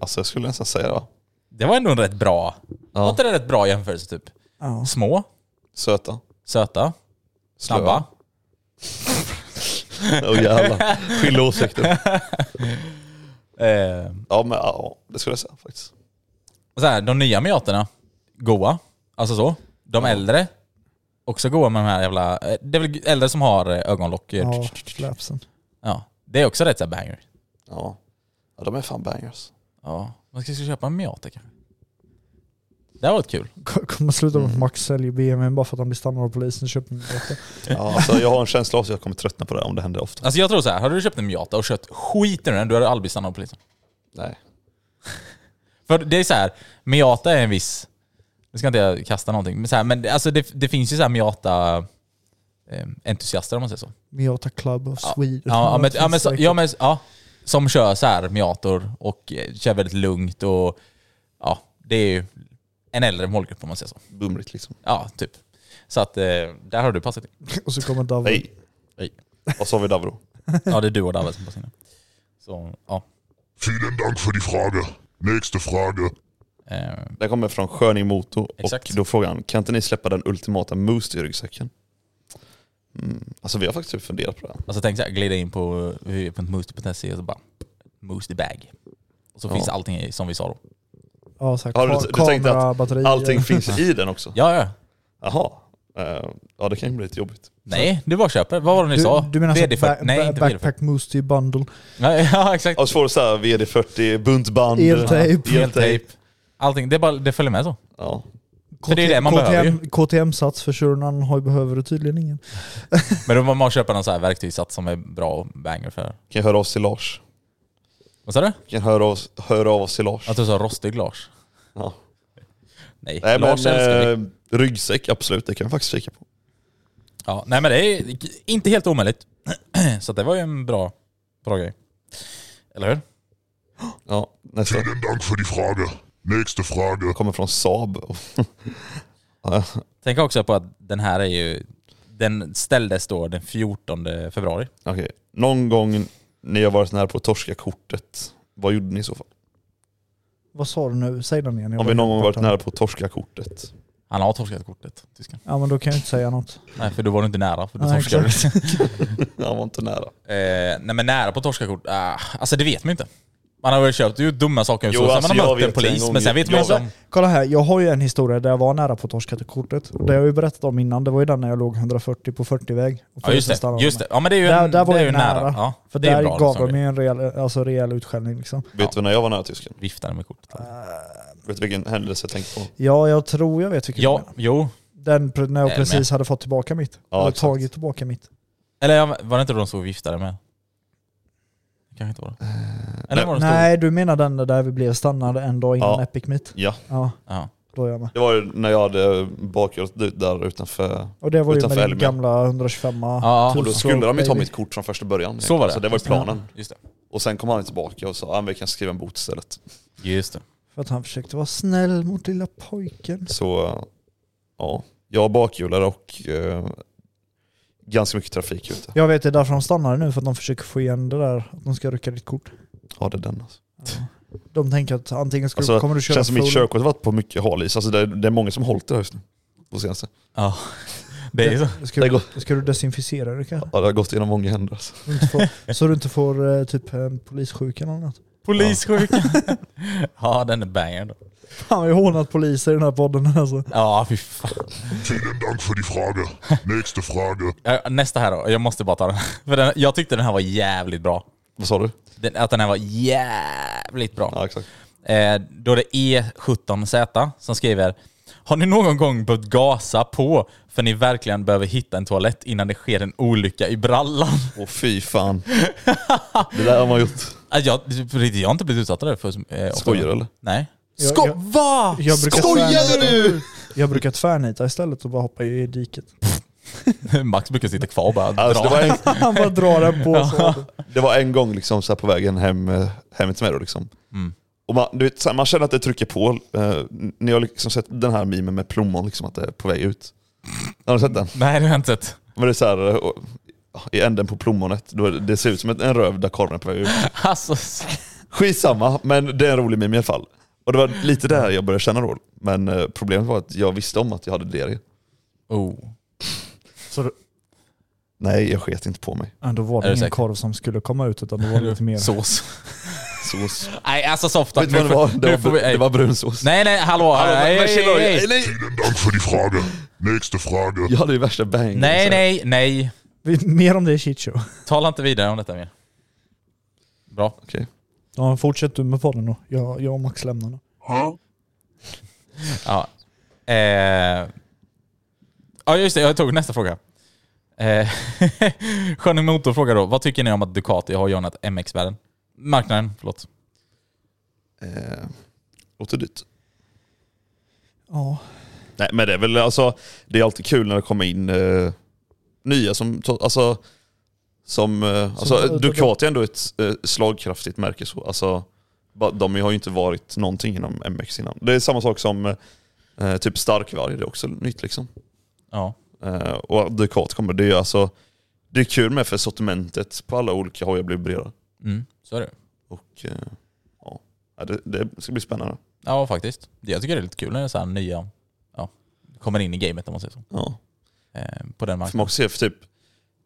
S2: Alltså jag skulle nästan säga det.
S1: Det var ändå en rätt bra. Var inte det en rätt bra jämförelse typ?
S3: Ja.
S1: Små,
S2: Söta.
S1: söta,
S2: Slöa.
S1: snabba.
S2: Åh jävlar, skilda åsikter.
S1: Eh,
S2: Ja men ja, det skulle jag säga faktiskt.
S1: så här, de nya Miaterna, goa. Alltså så. De äldre, också goa med de här jävla... eh, Det är väl äldre som har eh, ögonlock.
S3: Ja,
S1: Ja.
S3: slapsen.
S1: Det är också rätt så här banger.
S2: Ja. ja, de är fan bangers.
S1: Ja. Man ska ska köpa en Miata kanske. Det har varit kul.
S3: K- Kommer sluta med att Max säljer BMW bara för att han blir stannad av polisen och köper en bil.
S2: Ja, alltså, jag har en känsla av att jag kommer tröttna på det om det händer ofta.
S1: Alltså jag tror så här, hade du köpt en Miata och kört skit i den, du hade aldrig blivit stannad av polisen.
S2: Nej.
S1: För det är så här, Miata är en viss... Nu ska inte jag kasta någonting, men, så här, men det- alltså det, det finns ju så här Miata-entusiaster om man säger så.
S3: Miata Club of Sweden.
S1: Ja, ja, men,
S3: det
S1: ja, men,
S3: finns
S1: så,
S3: säkert.
S1: ja, men, ja, som kör så här miator och eh, kör väldigt lugnt och ja, det är ju en äldre målgrupp om man säger så.
S2: Bumrigt liksom.
S1: Ja, typ. Så att eh, där har du passat in.
S3: Och så kommer Davor.
S2: Nej.
S1: Nej.
S2: Och så har vi Davro.
S1: Ja, det är du och David som passar in. Så, ja.
S6: Vielen Dank für die Frage. Nächste Frage.
S1: Eh,
S2: Den kommer från Sköning Motor
S1: Exakt.
S2: och då frågar han, kan inte ni släppa den ultimata Moose i ryggsäcken? Mm. Alltså vi har faktiskt typ funderat på det.
S1: alltså tänk så här, glida in på www.moosty.se och så bara Moosty bag. Och så
S2: Ja.
S1: finns allting i, som vi sa då.
S3: Ja, så här,
S2: Har du,
S3: ka-
S2: du tänkte
S3: kamera,
S2: att
S3: batterier.
S2: allting finns i den också?
S1: Ja, ja.
S2: Jaha. Eh, ja det kan ju bli lite jobbigt.
S1: Nej, du bara köper. Vad var det ni sa?
S3: Du, du menar så
S1: VD40?
S3: ba-
S1: Nej,
S3: ba-
S1: inte VD40.
S3: backpack moose till bundle?
S1: Nej, Ja, exakt.
S2: Och så får du såhär VD40, buntband,
S3: Eltejp.
S2: Ja,
S1: Eltejp. Allting. Det, är bara, det följer med så.
S2: Ja.
S1: För det är det man behöver ju.
S3: KTM-sats för Shunan har ju behöver du tydligen ingen.
S1: Men då måste man köpa någon så här verktygssats som är bra och banger för...
S2: Kan höra av oss till Lars.
S1: Vad sa du?
S2: Kan höra av, höra av oss till Lars.
S1: Att du sa rostig Lars?
S2: Ja.
S1: Nej,
S2: Nej
S1: Lars
S2: men
S1: älskar vi.
S2: eh, ryggsäck, absolut. Det kan vi faktiskt kika på.
S1: Ja, nej men det är inte helt omöjligt. så det var ju en bra, bra grej. Eller hur?
S2: Ja, nästa.
S6: Vielen Dank för die Frage. Nächste Frage.
S2: kommer från Saab. Ja,
S1: Tänk också på att den här är ju... Den ställdes då den 14 februari.
S2: Okej. Någon gång ni har varit nära på att torska kortet, vad gjorde ni i så fall?
S3: Vad sa du nu? Säg den igen. jag
S2: Om
S3: var
S2: vi någon gång
S3: helt
S2: varit
S3: borta.
S2: nära på att torska kortet.
S1: Han har torskat kortet, tysken.
S3: Ja men då kan jag inte säga något.
S1: Nej, för då var du inte nära. För då
S3: Nej,
S1: torskade du.
S2: Jag var inte nära.
S1: eh, nej men nära på torska kort, ah, alltså det vet man ju inte. Man har väl köpt ju dumma saker och
S2: Jo,
S1: så. Sen
S2: alltså,
S1: man har
S2: jag
S1: mött en
S2: vet en
S1: polis,
S2: gång- alltså,
S1: men sen vet man ju
S2: jag
S1: som...
S3: Kolla här, jag har ju en historia där jag var nära på att torska till kortet. Och det har jag ju berättat om innan, det var ju den när jag låg 140 på 40-väg.
S1: Ja
S3: och
S1: just
S3: polisen
S1: det,
S3: stannade
S1: just
S3: mig.
S1: det. Ja men det är ju,
S3: Där,
S1: en,
S3: där var
S1: det är
S3: jag
S1: ju
S3: nära.
S1: nära. Ja,
S3: För
S1: det är
S3: där
S1: bra,
S3: gav
S1: liksom.
S3: de mig en rejäl, alltså, rejäl utskällning liksom.
S2: Vet du när jag var nära tysken?
S1: Viftar med kortet.
S2: Vet du vilken händelse jag tänkte på?
S3: Ja, jag tror jag vet vilken
S1: Ja, jo.
S3: Den pre- när jag
S1: Är det
S3: precis
S1: med?
S3: hade fått tillbaka mitt.
S1: Ja,
S3: eller
S1: exakt.
S3: tagit tillbaka mitt.
S1: Eller ja, var det inte då de stod och viftade med? Det kanske inte var det.
S2: Eh,
S1: Eller var det de stod-
S3: Nej, du menar den där vi blev stannade en dag innan
S2: Ja.
S3: Epic Meet?
S2: Ja.
S3: ja.
S1: Ja.
S3: Då är jag med.
S2: Det var ju när jag hade bakgjort dit där utanför
S3: Och det var ju
S2: utanför
S3: med din
S2: Elmia.
S3: gamla Alltså, 125
S2: och då skulle de ju ta mitt kort från första början.
S1: Så var det.
S2: Så det var ju
S1: Just det.
S2: planen.
S1: Just det.
S2: Och sen kom han tillbaka och sa att vi kan skriva en bot istället.
S1: Just det.
S3: För att han försökte vara snäll mot lilla pojken.
S2: Så ja, jag bakhjular och eh, ganska mycket trafik ute.
S3: Jag vet, det är därför de stannar nu, för att de försöker få igen det där att de ska rycka ditt kort.
S2: Ja det är den alltså.
S3: De tänker att antingen ska
S2: alltså
S3: du, kommer du köra
S2: känns som mitt
S3: full-
S2: körkort har varit på mycket hal is. Alltså det, är- det är många som hållit det här just nu. På senaste.
S1: Ja. Det är ju så.
S3: Ska
S2: Det
S3: du,
S2: går-
S3: ska du desinficera det kanske?
S2: Ja, det har gått genom många händer alltså.
S3: Du inte får, så du inte får eh, typ en polissjuka eller något.
S1: Polissjukan. ja, den är banger då.
S3: Fan, vi har hånat poliser i den här podden alltså.
S1: Ja, fy fan.
S6: Vielen Dank für die Frage. Nächste Frage.
S1: Ja, Nästa här då. Jag måste bara ta den. För den, jag tyckte den här var jävligt bra.
S2: Vad sa du?
S1: Den, att den här var jävligt bra. Ja, exakt. Eh, då är det E17Z som skriver Har ni någon gång behövt gasa på för ni verkligen behöver hitta en toalett innan det sker en olycka i brallan?
S2: Åh fy fan. Det där har man gjort.
S1: Ah, Jag, på riktigt, jag har inte blivit utsatt för det. För, eh, ofta.
S2: Skojar du, eller?
S1: Nej.
S3: Jag-
S1: Sko-
S3: jag-
S1: Va?
S3: jag brukar
S1: Skojar
S3: tvärnita-
S1: du?
S3: Jag brukar tvärnita istället och bara hoppa i diket.
S1: Max brukar sitta kvar och bara
S2: Alltså, det,
S1: dra.
S2: var en,
S3: Han bara drar den på så.
S2: det var en gång liksom så här på vägen hem, eh, hem till mig. Då, liksom.
S1: Mm.
S2: Och man, du vet, så här, man känner att det trycker på. Eh, ni har liksom sett den här memen med plommon, liksom, att det är på väg ut. Har ni sett den?
S1: Nej, det har jag inte sett.
S2: Men det är så här, eh, och- I änden på plommonet, då är det, det ser ut som ett- en röv där korven är på väg ut.
S1: Alltså,
S2: Skitsamma, men det är en rolig meme i alla fall. Och det var lite där jag började känna roll. Men eh, problemet var att jag visste om att jag hade diarré.
S1: oh.
S3: Så du-
S2: Nej, jag sket inte på mig.
S3: Ja, Då var
S1: Är du
S3: det ingen
S1: säker?
S3: korv som skulle komma ut utan det var lite mer.
S1: Sås.
S2: Sås.
S1: Nej, alltså softa.
S2: Vet du vad det var? Det var, det var brunsås.
S1: Nej, nej, hallå.
S2: Hallå, men-
S1: nej,
S2: men chilla,
S1: nej,
S2: jag- nej.
S6: Vielen Dank für die Frage. Nächste Frage.
S2: Jag hade ju värsta bang.
S1: nej, nej, nej.
S3: Vi- Mer om det i Chicho.
S1: Tala inte vidare om detta mer. Bra.
S2: Okej.
S3: Ja, fortsätt du med podden då. Jag, jag och Max lämnar nu.
S1: Ja. Eh. ja, just det. Jag tog nästa fråga. Eh. Skönning Motor frågar då, vad tycker ni om att Ducati har joinat MX-världen? Marknaden, förlåt.
S2: Eh, låter dyrt.
S3: Ja.
S2: Nej, men det är väl alltså, det är alltid kul när det kommer in eh, nya som, to- alltså, som, eh, alltså
S3: Som-
S2: Ducati är ändå ett eh, slagkraftigt märke så, alltså, ba- de har ju inte varit någonting inom MX innan. Det är samma sak som eh, typ Starkvarg, det är också nytt liksom.
S1: Ja.
S2: Eh, och att Ducati kommer, det är ju alltså, det är kul med för sortimentet på alla olika hojar blir bredare.
S1: Mm, så är det.
S2: Och eh, ja, Ja, det, det ska bli spännande.
S1: Ja, faktiskt. Det- Jag tycker det är lite kul när det är så här nya, ja, kommer in i gamet om man säger så.
S2: Ja.
S1: Eh, på den
S2: Får man
S1: marknaden.
S2: också se för typ,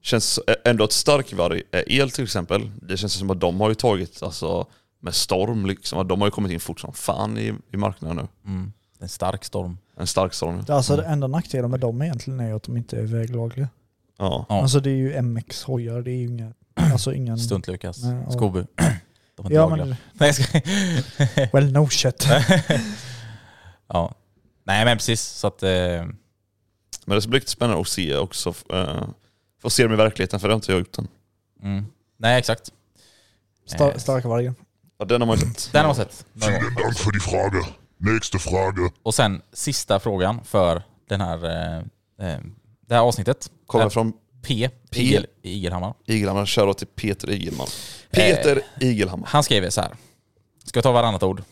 S2: känns ändå att Starkvarg är el till exempel, det känns som att de har ju tagit alltså, med storm liksom, att de har ju kommit in fort som fan i, i marknaden nu.
S1: Mm. En stark storm.
S2: En stark storm.
S3: Det är
S1: Mm.
S3: Alltså det enda nackdelen med dem egentligen är ju att de inte är väglagliga.
S2: Ja.
S1: Ja.
S3: Alltså det är ju MX-hojar, det är ju inga... Alltså ingen...
S1: Stunt-Lukas.
S3: Nej, ja.
S1: Skobu. De är inte
S3: Ja
S1: lagliga.
S3: men,
S1: Nej, jag ska...
S3: well no shit.
S1: ja. Nej men precis, så att... Eh,
S2: Men det ska bli lite spännande att se också, eh, få se dem i verkligheten för det har inte jag gjort än.
S1: mm. Nej exakt.
S3: Star, starka vargen.
S2: Ja, den har man ju sett.
S1: Den har man sett någon gång.
S6: Vielen Dank für die Frage. Nächste Frage.
S1: Och sen sista frågan för den här, eh, eh, det här avsnittet.
S2: Kommer
S1: Är
S2: från
S1: P.
S2: P.
S1: Igel, Igelhammar.
S2: Igelhammar, shoutout till Peter Igelman.
S1: Eh.
S2: Peter Igelhammar.
S1: Han skriver så här. Ska jag ta varannat ord?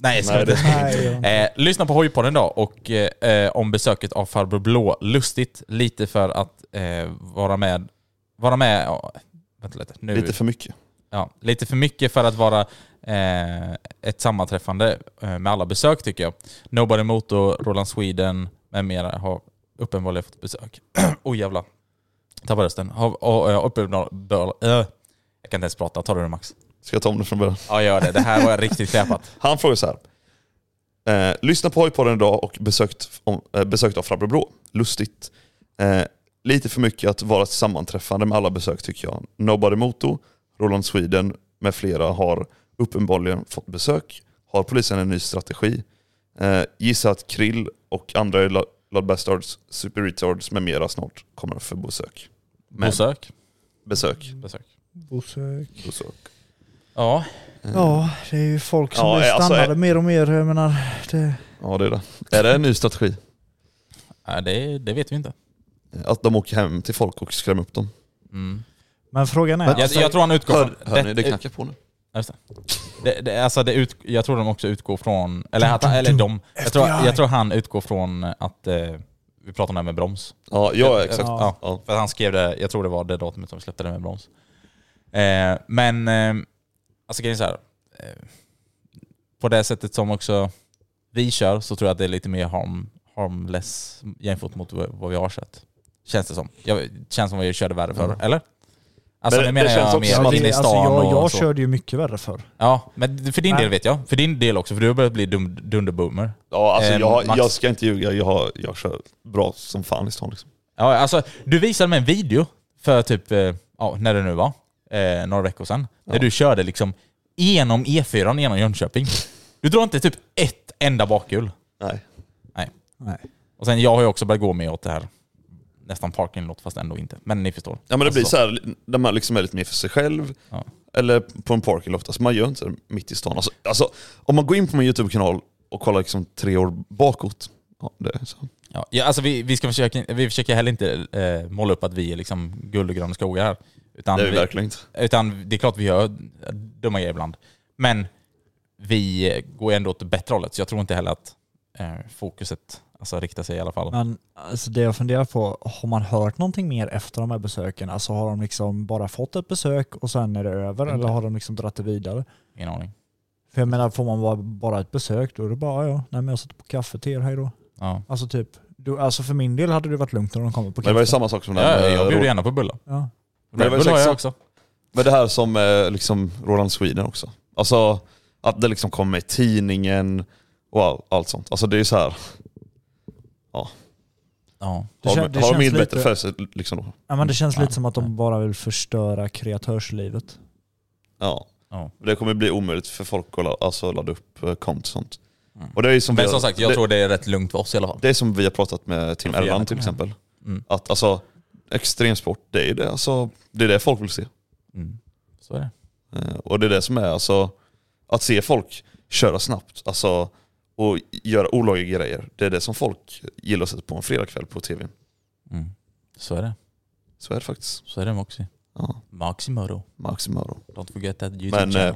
S1: Nej, jag ska
S2: Nej,
S1: inte.
S2: det-
S3: Nej, ja.
S1: Eh, lyssna på Hojpodden idag och eh, eh, om besöket av Farbror Blå. Lustigt lite för att eh, vara med... Vara med... ja, vänta lite. Nu,
S2: Lite för mycket.
S1: ja, lite för mycket för att vara eh, ett sammanträffande eh, med alla besök tycker jag. Nobody Motor, Roland Sweden med mera har uppenbarligen fått besök. Oj jävlar. Tappade rösten. Har, och, eh, uppenbar- eh, jag kan inte ens prata. Ta det nu Max.
S2: Ska jag ta om det från början?
S1: Ja, gör det. Det här var riktigt kräpat.
S2: Han frågar så här. Eh, lyssna på Hojpodden idag och besökt, om, eh, besökt av Farbror Blå. Lustigt. Eh, lite för mycket att vara ett sammanträffande med alla besök tycker jag. Nobody Moto, Roland Sweden med flera har uppenbarligen fått besök. Har polisen en ny strategi? Eh, gissa att Krill och andra i la- Blood Bastards, Super Retards med mera snart kommer för besök. Men-
S1: Besök?
S2: Besök.
S1: Besök.
S3: Besök.
S2: besök.
S1: Ja.
S3: Ja, det är ju folk som
S2: Ja,
S3: blir
S2: alltså,
S3: stannade
S2: är-
S3: mer och mer. Jag menar, det...
S2: Ja det är det. Är det en ny strategi?
S1: Nej, det, det vet vi inte.
S2: Att de åker hem till folk och skrämmer upp dem?
S3: Men frågan är...
S1: Mm.
S3: alltså-
S1: Jag, jag tror han utgår
S2: hör,
S1: från...
S2: hör ni, det knackar på nu.
S1: Ja, just det. Det, det, alltså det ut, jag tror de också utgår från, eller, att, eller de, jag tror,
S2: FBI.
S1: jag tror han utgår från att, eh, vi pratar om det här med broms.
S2: Ja, Eh, ja, exakt.
S1: Ja, För att han skrev det, jag tror det var det datumet som vi släppte det med broms. Eh, men, eh, alltså grejen är så här, eh, på det sättet som också vi kör så tror jag att det är lite mer harm, harmless jämfört mot vad vad vi har sett. Känns det som. Jag, känns som vad jag körde värre förr,
S3: Ja.
S1: eller? Alltså
S2: Men
S1: nu
S2: det
S1: menar
S2: känns
S1: jag
S2: också som
S1: mer
S2: att-
S1: inne i
S2: Alltså,
S1: stan
S3: jag
S1: och
S3: jag
S1: så.
S3: körde ju mycket värre förr.
S1: Ja, men för din
S3: Nej.
S1: del vet jag. För din del också, för du har börjat bli dum, dunderboomer.
S2: Ja, alltså
S1: Eh,
S2: jag,
S1: Max.
S2: jag ska inte ljuga, jag, jag kör bra som fan i stan liksom.
S1: Ja, alltså, du visade mig en video för typ, eh, ja, när det nu var, eh, några veckor sedan. Där du körde liksom genom E4, genom Jönköping. Du drar inte typ ett enda bakhjul.
S2: Nej.
S1: Nej.
S3: Nej.
S1: Och sen, jag har ju också börjat gå med åt det här, nästan parkinglot fast ändå inte. Men ni förstår.
S2: Ja men det
S1: Alltså,
S2: blir så här, när man liksom är lite mer för sig själv, eller på en parkingloft. Alltså man gör inte det mitt i stan. Alltså, alltså, om man går in på min YouTube-kanal och kollar liksom tre år bakåt. Ja, det är så.
S1: Ja, ja, alltså vi, vi, ska försöka, vi försöker heller inte eh, måla upp att vi är liksom guld och gröna skogar här. Utan
S2: Det är vi verkligen inte.
S1: Utan det är klart vi gör dumma grejer ibland. Men vi eh, går ändå åt det bättre hållet, så jag tror inte heller att eh, fokuset alltså, riktar sig i alla fall.
S3: Men alltså det jag funderar på, har man hört någonting mer efter de här besöken? Alltså har de liksom bara fått ett besök och sen är det över?
S1: Mm.
S3: Eller har de liksom dragit det vidare?
S1: Ingen aning.
S3: För jag menar, får man bara, bara ett besök då är det bara ja, nej men jag sätter på kaffe till er, hej då.
S1: Ja.
S3: Alltså typ, du, alltså för min del hade det varit lugnt när de kommer på kaffe.
S2: Men eh, det var ju samma sak som det
S1: Ja,
S2: med
S1: jag bjuder
S2: Roland-
S1: gärna på bullar.
S3: Ja.
S2: Men det var ju
S1: Bullar har jag
S2: exakt-
S1: också.
S2: Men det här som eh, liksom Roland Sweden också. Alltså att det liksom kommer i tidningen och all, allt sånt. Alltså det är ju så här. Ja.
S1: Ja.
S3: Det
S2: Har,
S3: kän-
S2: de-
S3: det
S2: har de
S3: känns
S2: in bättre
S3: lite-
S2: för sig liksom då?
S3: Ja men det känns lite som att de bara vill förstöra kreatörslivet.
S2: Ja.
S1: Ja.
S2: Det kommer bli omöjligt för folk att la- alltså, ladda upp eh, konton och sånt. Och det är ju som vi
S1: Mm. Men som
S2: har-
S1: sagt, jag
S2: det,
S1: tror det är rätt lugnt för oss i alla fall.
S2: det är som vi har pratat med Tim
S1: Jag får gärna
S2: Erland till
S1: komma
S2: exempel.
S1: Mm.
S2: Att alltså extremsport, det är ju det, alltså, det, är det folk vill se.
S1: Mm. Så är det.
S2: Eh, Och det är det som är alltså, att se folk köra snabbt alltså, och göra olagliga grejer. Det är det som folk gillar att sätta på en fredagkväll på tvn.
S1: Mm. Så är det.
S2: Så är det faktiskt.
S1: Så är det Moxie.
S2: Ja.
S1: Maximoro.
S2: Maximoro.
S1: Don't forget that YouTube
S2: Men, eh,
S1: channel.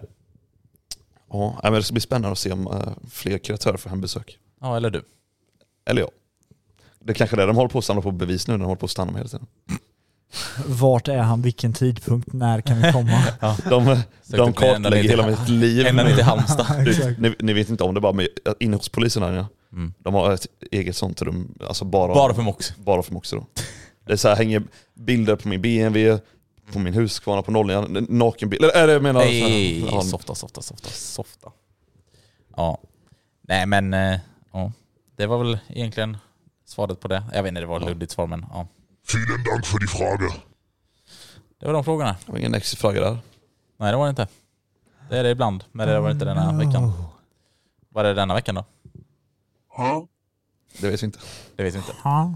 S2: ja, nej, men det ska bli spännande att se om eh, fler kreatörer får hembesök.
S1: Ja, eller du.
S2: Eller ja. Det är kanske är det de håller på att samla på bevis nu när de håller på att stanna med hela tiden.
S3: Vart är han? Vilken tidpunkt? När kan vi komma?
S1: Ja.
S2: De,
S1: Sökte
S2: de
S1: upp mig ända ner
S2: kartlägger
S1: till-
S2: hela mitt liv.
S1: Ända ner till Halmstad.
S3: Exakt.
S2: ni, ni vet inte om det bara, men inne hos polisen här, ja.
S1: Mm.
S2: de har ett eget sånt rum. Alltså bara,
S1: Bara för Moxie.
S2: bara för Moxie då. Det är så här, hänger bilder på min BMW, på min Husqvarna, på nollan, en nakenbild. Eller är det jag menar? så
S1: Nej,
S2: här, ja,
S1: softa, softa, softa, softa. Ja. Nej men, eh, ja. Det var väl egentligen svaret på det. Jag vet inte, det var ett luddigt svar men ja.
S6: Vielen Dank für die Frage.
S1: Det var de frågorna.
S2: det var ingen exit fråga där.
S1: Nej det var det inte. Det är det ibland, men det var det inte den
S3: Oh.
S1: här veckan. Vad är det denna veckan då?
S2: Det vet vi inte.
S1: Det vet vi inte.
S3: Ja.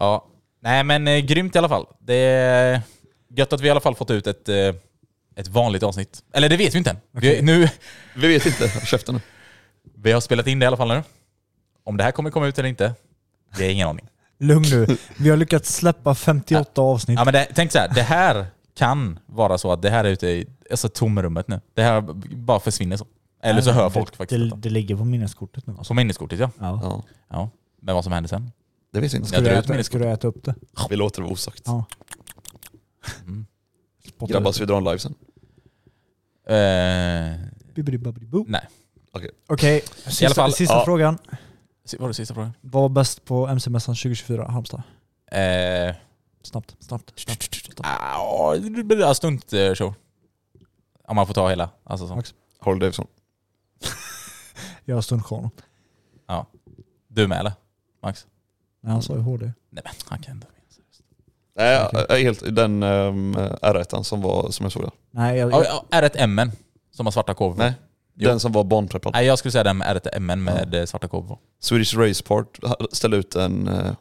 S1: Ja. Nej men eh, grymt i alla fall. Det är gött att vi i alla fall fått ut ett, eh, ett vanligt avsnitt. Eller det vet vi inte än. Vi,
S3: Okej.
S1: nu,
S2: Vi vet inte, Håll käften nu.
S1: vi har spelat in det i alla fall nu. Om det här kommer komma ut eller inte, det är ingen aning.
S3: Lugn nu. Vi har lyckats släppa 58 avsnitt.
S1: Ja, men det, tänk så här, det här kan vara så att det här är ute i alltså, tomrummet nu. Det här bara försvinner så. Eller så hör folk
S3: det,
S1: faktiskt
S3: det,
S1: detta.
S3: det ligger på minneskortet nu. alltså.
S1: Som minneskortet ja.
S3: Ja.
S2: Ja,
S1: ja. Men vad som händer sen?
S2: det vet vi inte.
S1: Jag
S3: Ska,
S1: drar ut
S3: du äta, ska
S1: minneskortet.
S3: du äta upp det?
S2: Vi låter det vara osagt.
S3: Ja. Spotta
S2: Grabbar,
S3: ut
S2: ska vi dra en live sen?
S1: Eh,
S3: det. Bibbidi-babbidi-boo.
S1: nej.
S2: Okej.
S3: Okej, sista,
S1: I alla fall,
S3: sista
S2: ja.
S3: frågan.
S1: S- Vad var det sista frågan?
S3: Vad var bäst på MC-mässan 2024 Halmstad?
S1: Eh,
S3: Snabbt, snabbt, snabbt.
S1: ah, det blir en stuntshow. Om man får ta hela. Alltså så.
S3: Max.
S2: Harley Davidson.
S3: Jag har stundshow.
S1: Du med eller? Max?
S3: Nej, han sa ju HD.
S1: Nej men han kan inte.
S2: Nej,
S3: Okej.
S2: jag är helt, den um, R1 som, var, som jag såg där.
S3: Nej, jag,
S1: Ja,
S3: jag,
S1: ja, Är det ett M som har svarta kov?
S2: Nej. Den som var barnpreppad.
S1: Nej, jag skulle säga den med RTMN med eh, svarta kåpor på.
S2: Swedish Raceport ställde ut en, eh,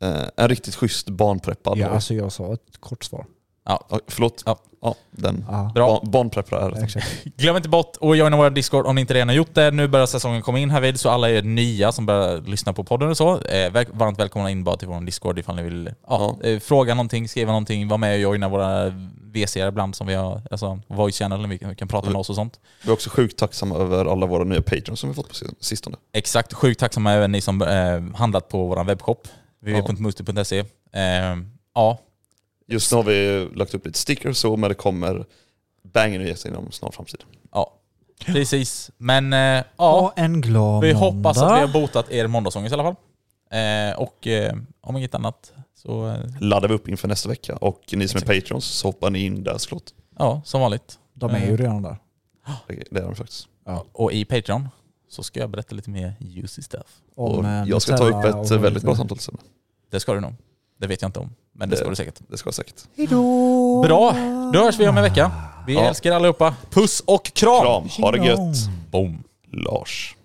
S2: eh, en riktigt schysst barnpreppad.
S7: Ja, alltså jag sa ett kort svar.
S1: Ja.
S2: Förlåt. Ja. den.
S7: Ja.
S1: Bra.
S2: Barn, barnpreppad är det.
S1: Glöm inte bort att joina vår Discord om ni inte redan har gjort det. Nu börjar säsongen komma in här vid så alla er nya som börjar lyssna på podden och så, eh, väl- varmt välkomna in bara till vår Discord ifall ni vill ja, eh, fråga någonting, skriva någonting, vara med och joina våra VC ibland som vi har, alltså voice channel, vi kan, vi kan prata med oss och sånt.
S2: Vi är också sjukt tacksamma över alla våra nya patrons som vi fått på sin- sistone.
S1: Exakt, sjukt tacksamma även ni som eh, handlat på vår webbshop, www.musti.se. Eh, ja,
S2: Just nu har vi lagt upp lite stickers så, men det kommer banger-nyheter inom snar framtid.
S1: ja, precis. Men eh, ja,
S7: en glad
S1: vi hoppas att vi har
S7: måndag.
S1: botat er måndagsångest i alla fall. Eh, och eh, om inget annat så eh,
S2: Laddar vi upp inför nästa vecka och ni som är patrons så hoppar ni in där såklart.
S1: Ja, som vanligt.
S7: De är ju
S1: Eh,
S7: redan där.
S2: Det det är de faktiskt.
S1: Och i Patreon så ska jag berätta lite mer juicy stuff.
S7: Om,
S2: och
S7: eh,
S2: jag ska ta upp
S7: Nutella
S2: ett
S7: och-
S2: väldigt bra samtal sen.
S1: Det ska du nog. Det vet jag inte om, men det, ska du säkert.
S2: Det ska jag säkert.
S7: Hejdå!
S1: Bra, då hörs vi om en vecka. Vi älskar er allihopa. Puss och kram!
S2: Kram, ha det gött.
S1: Boom.
S2: Lars.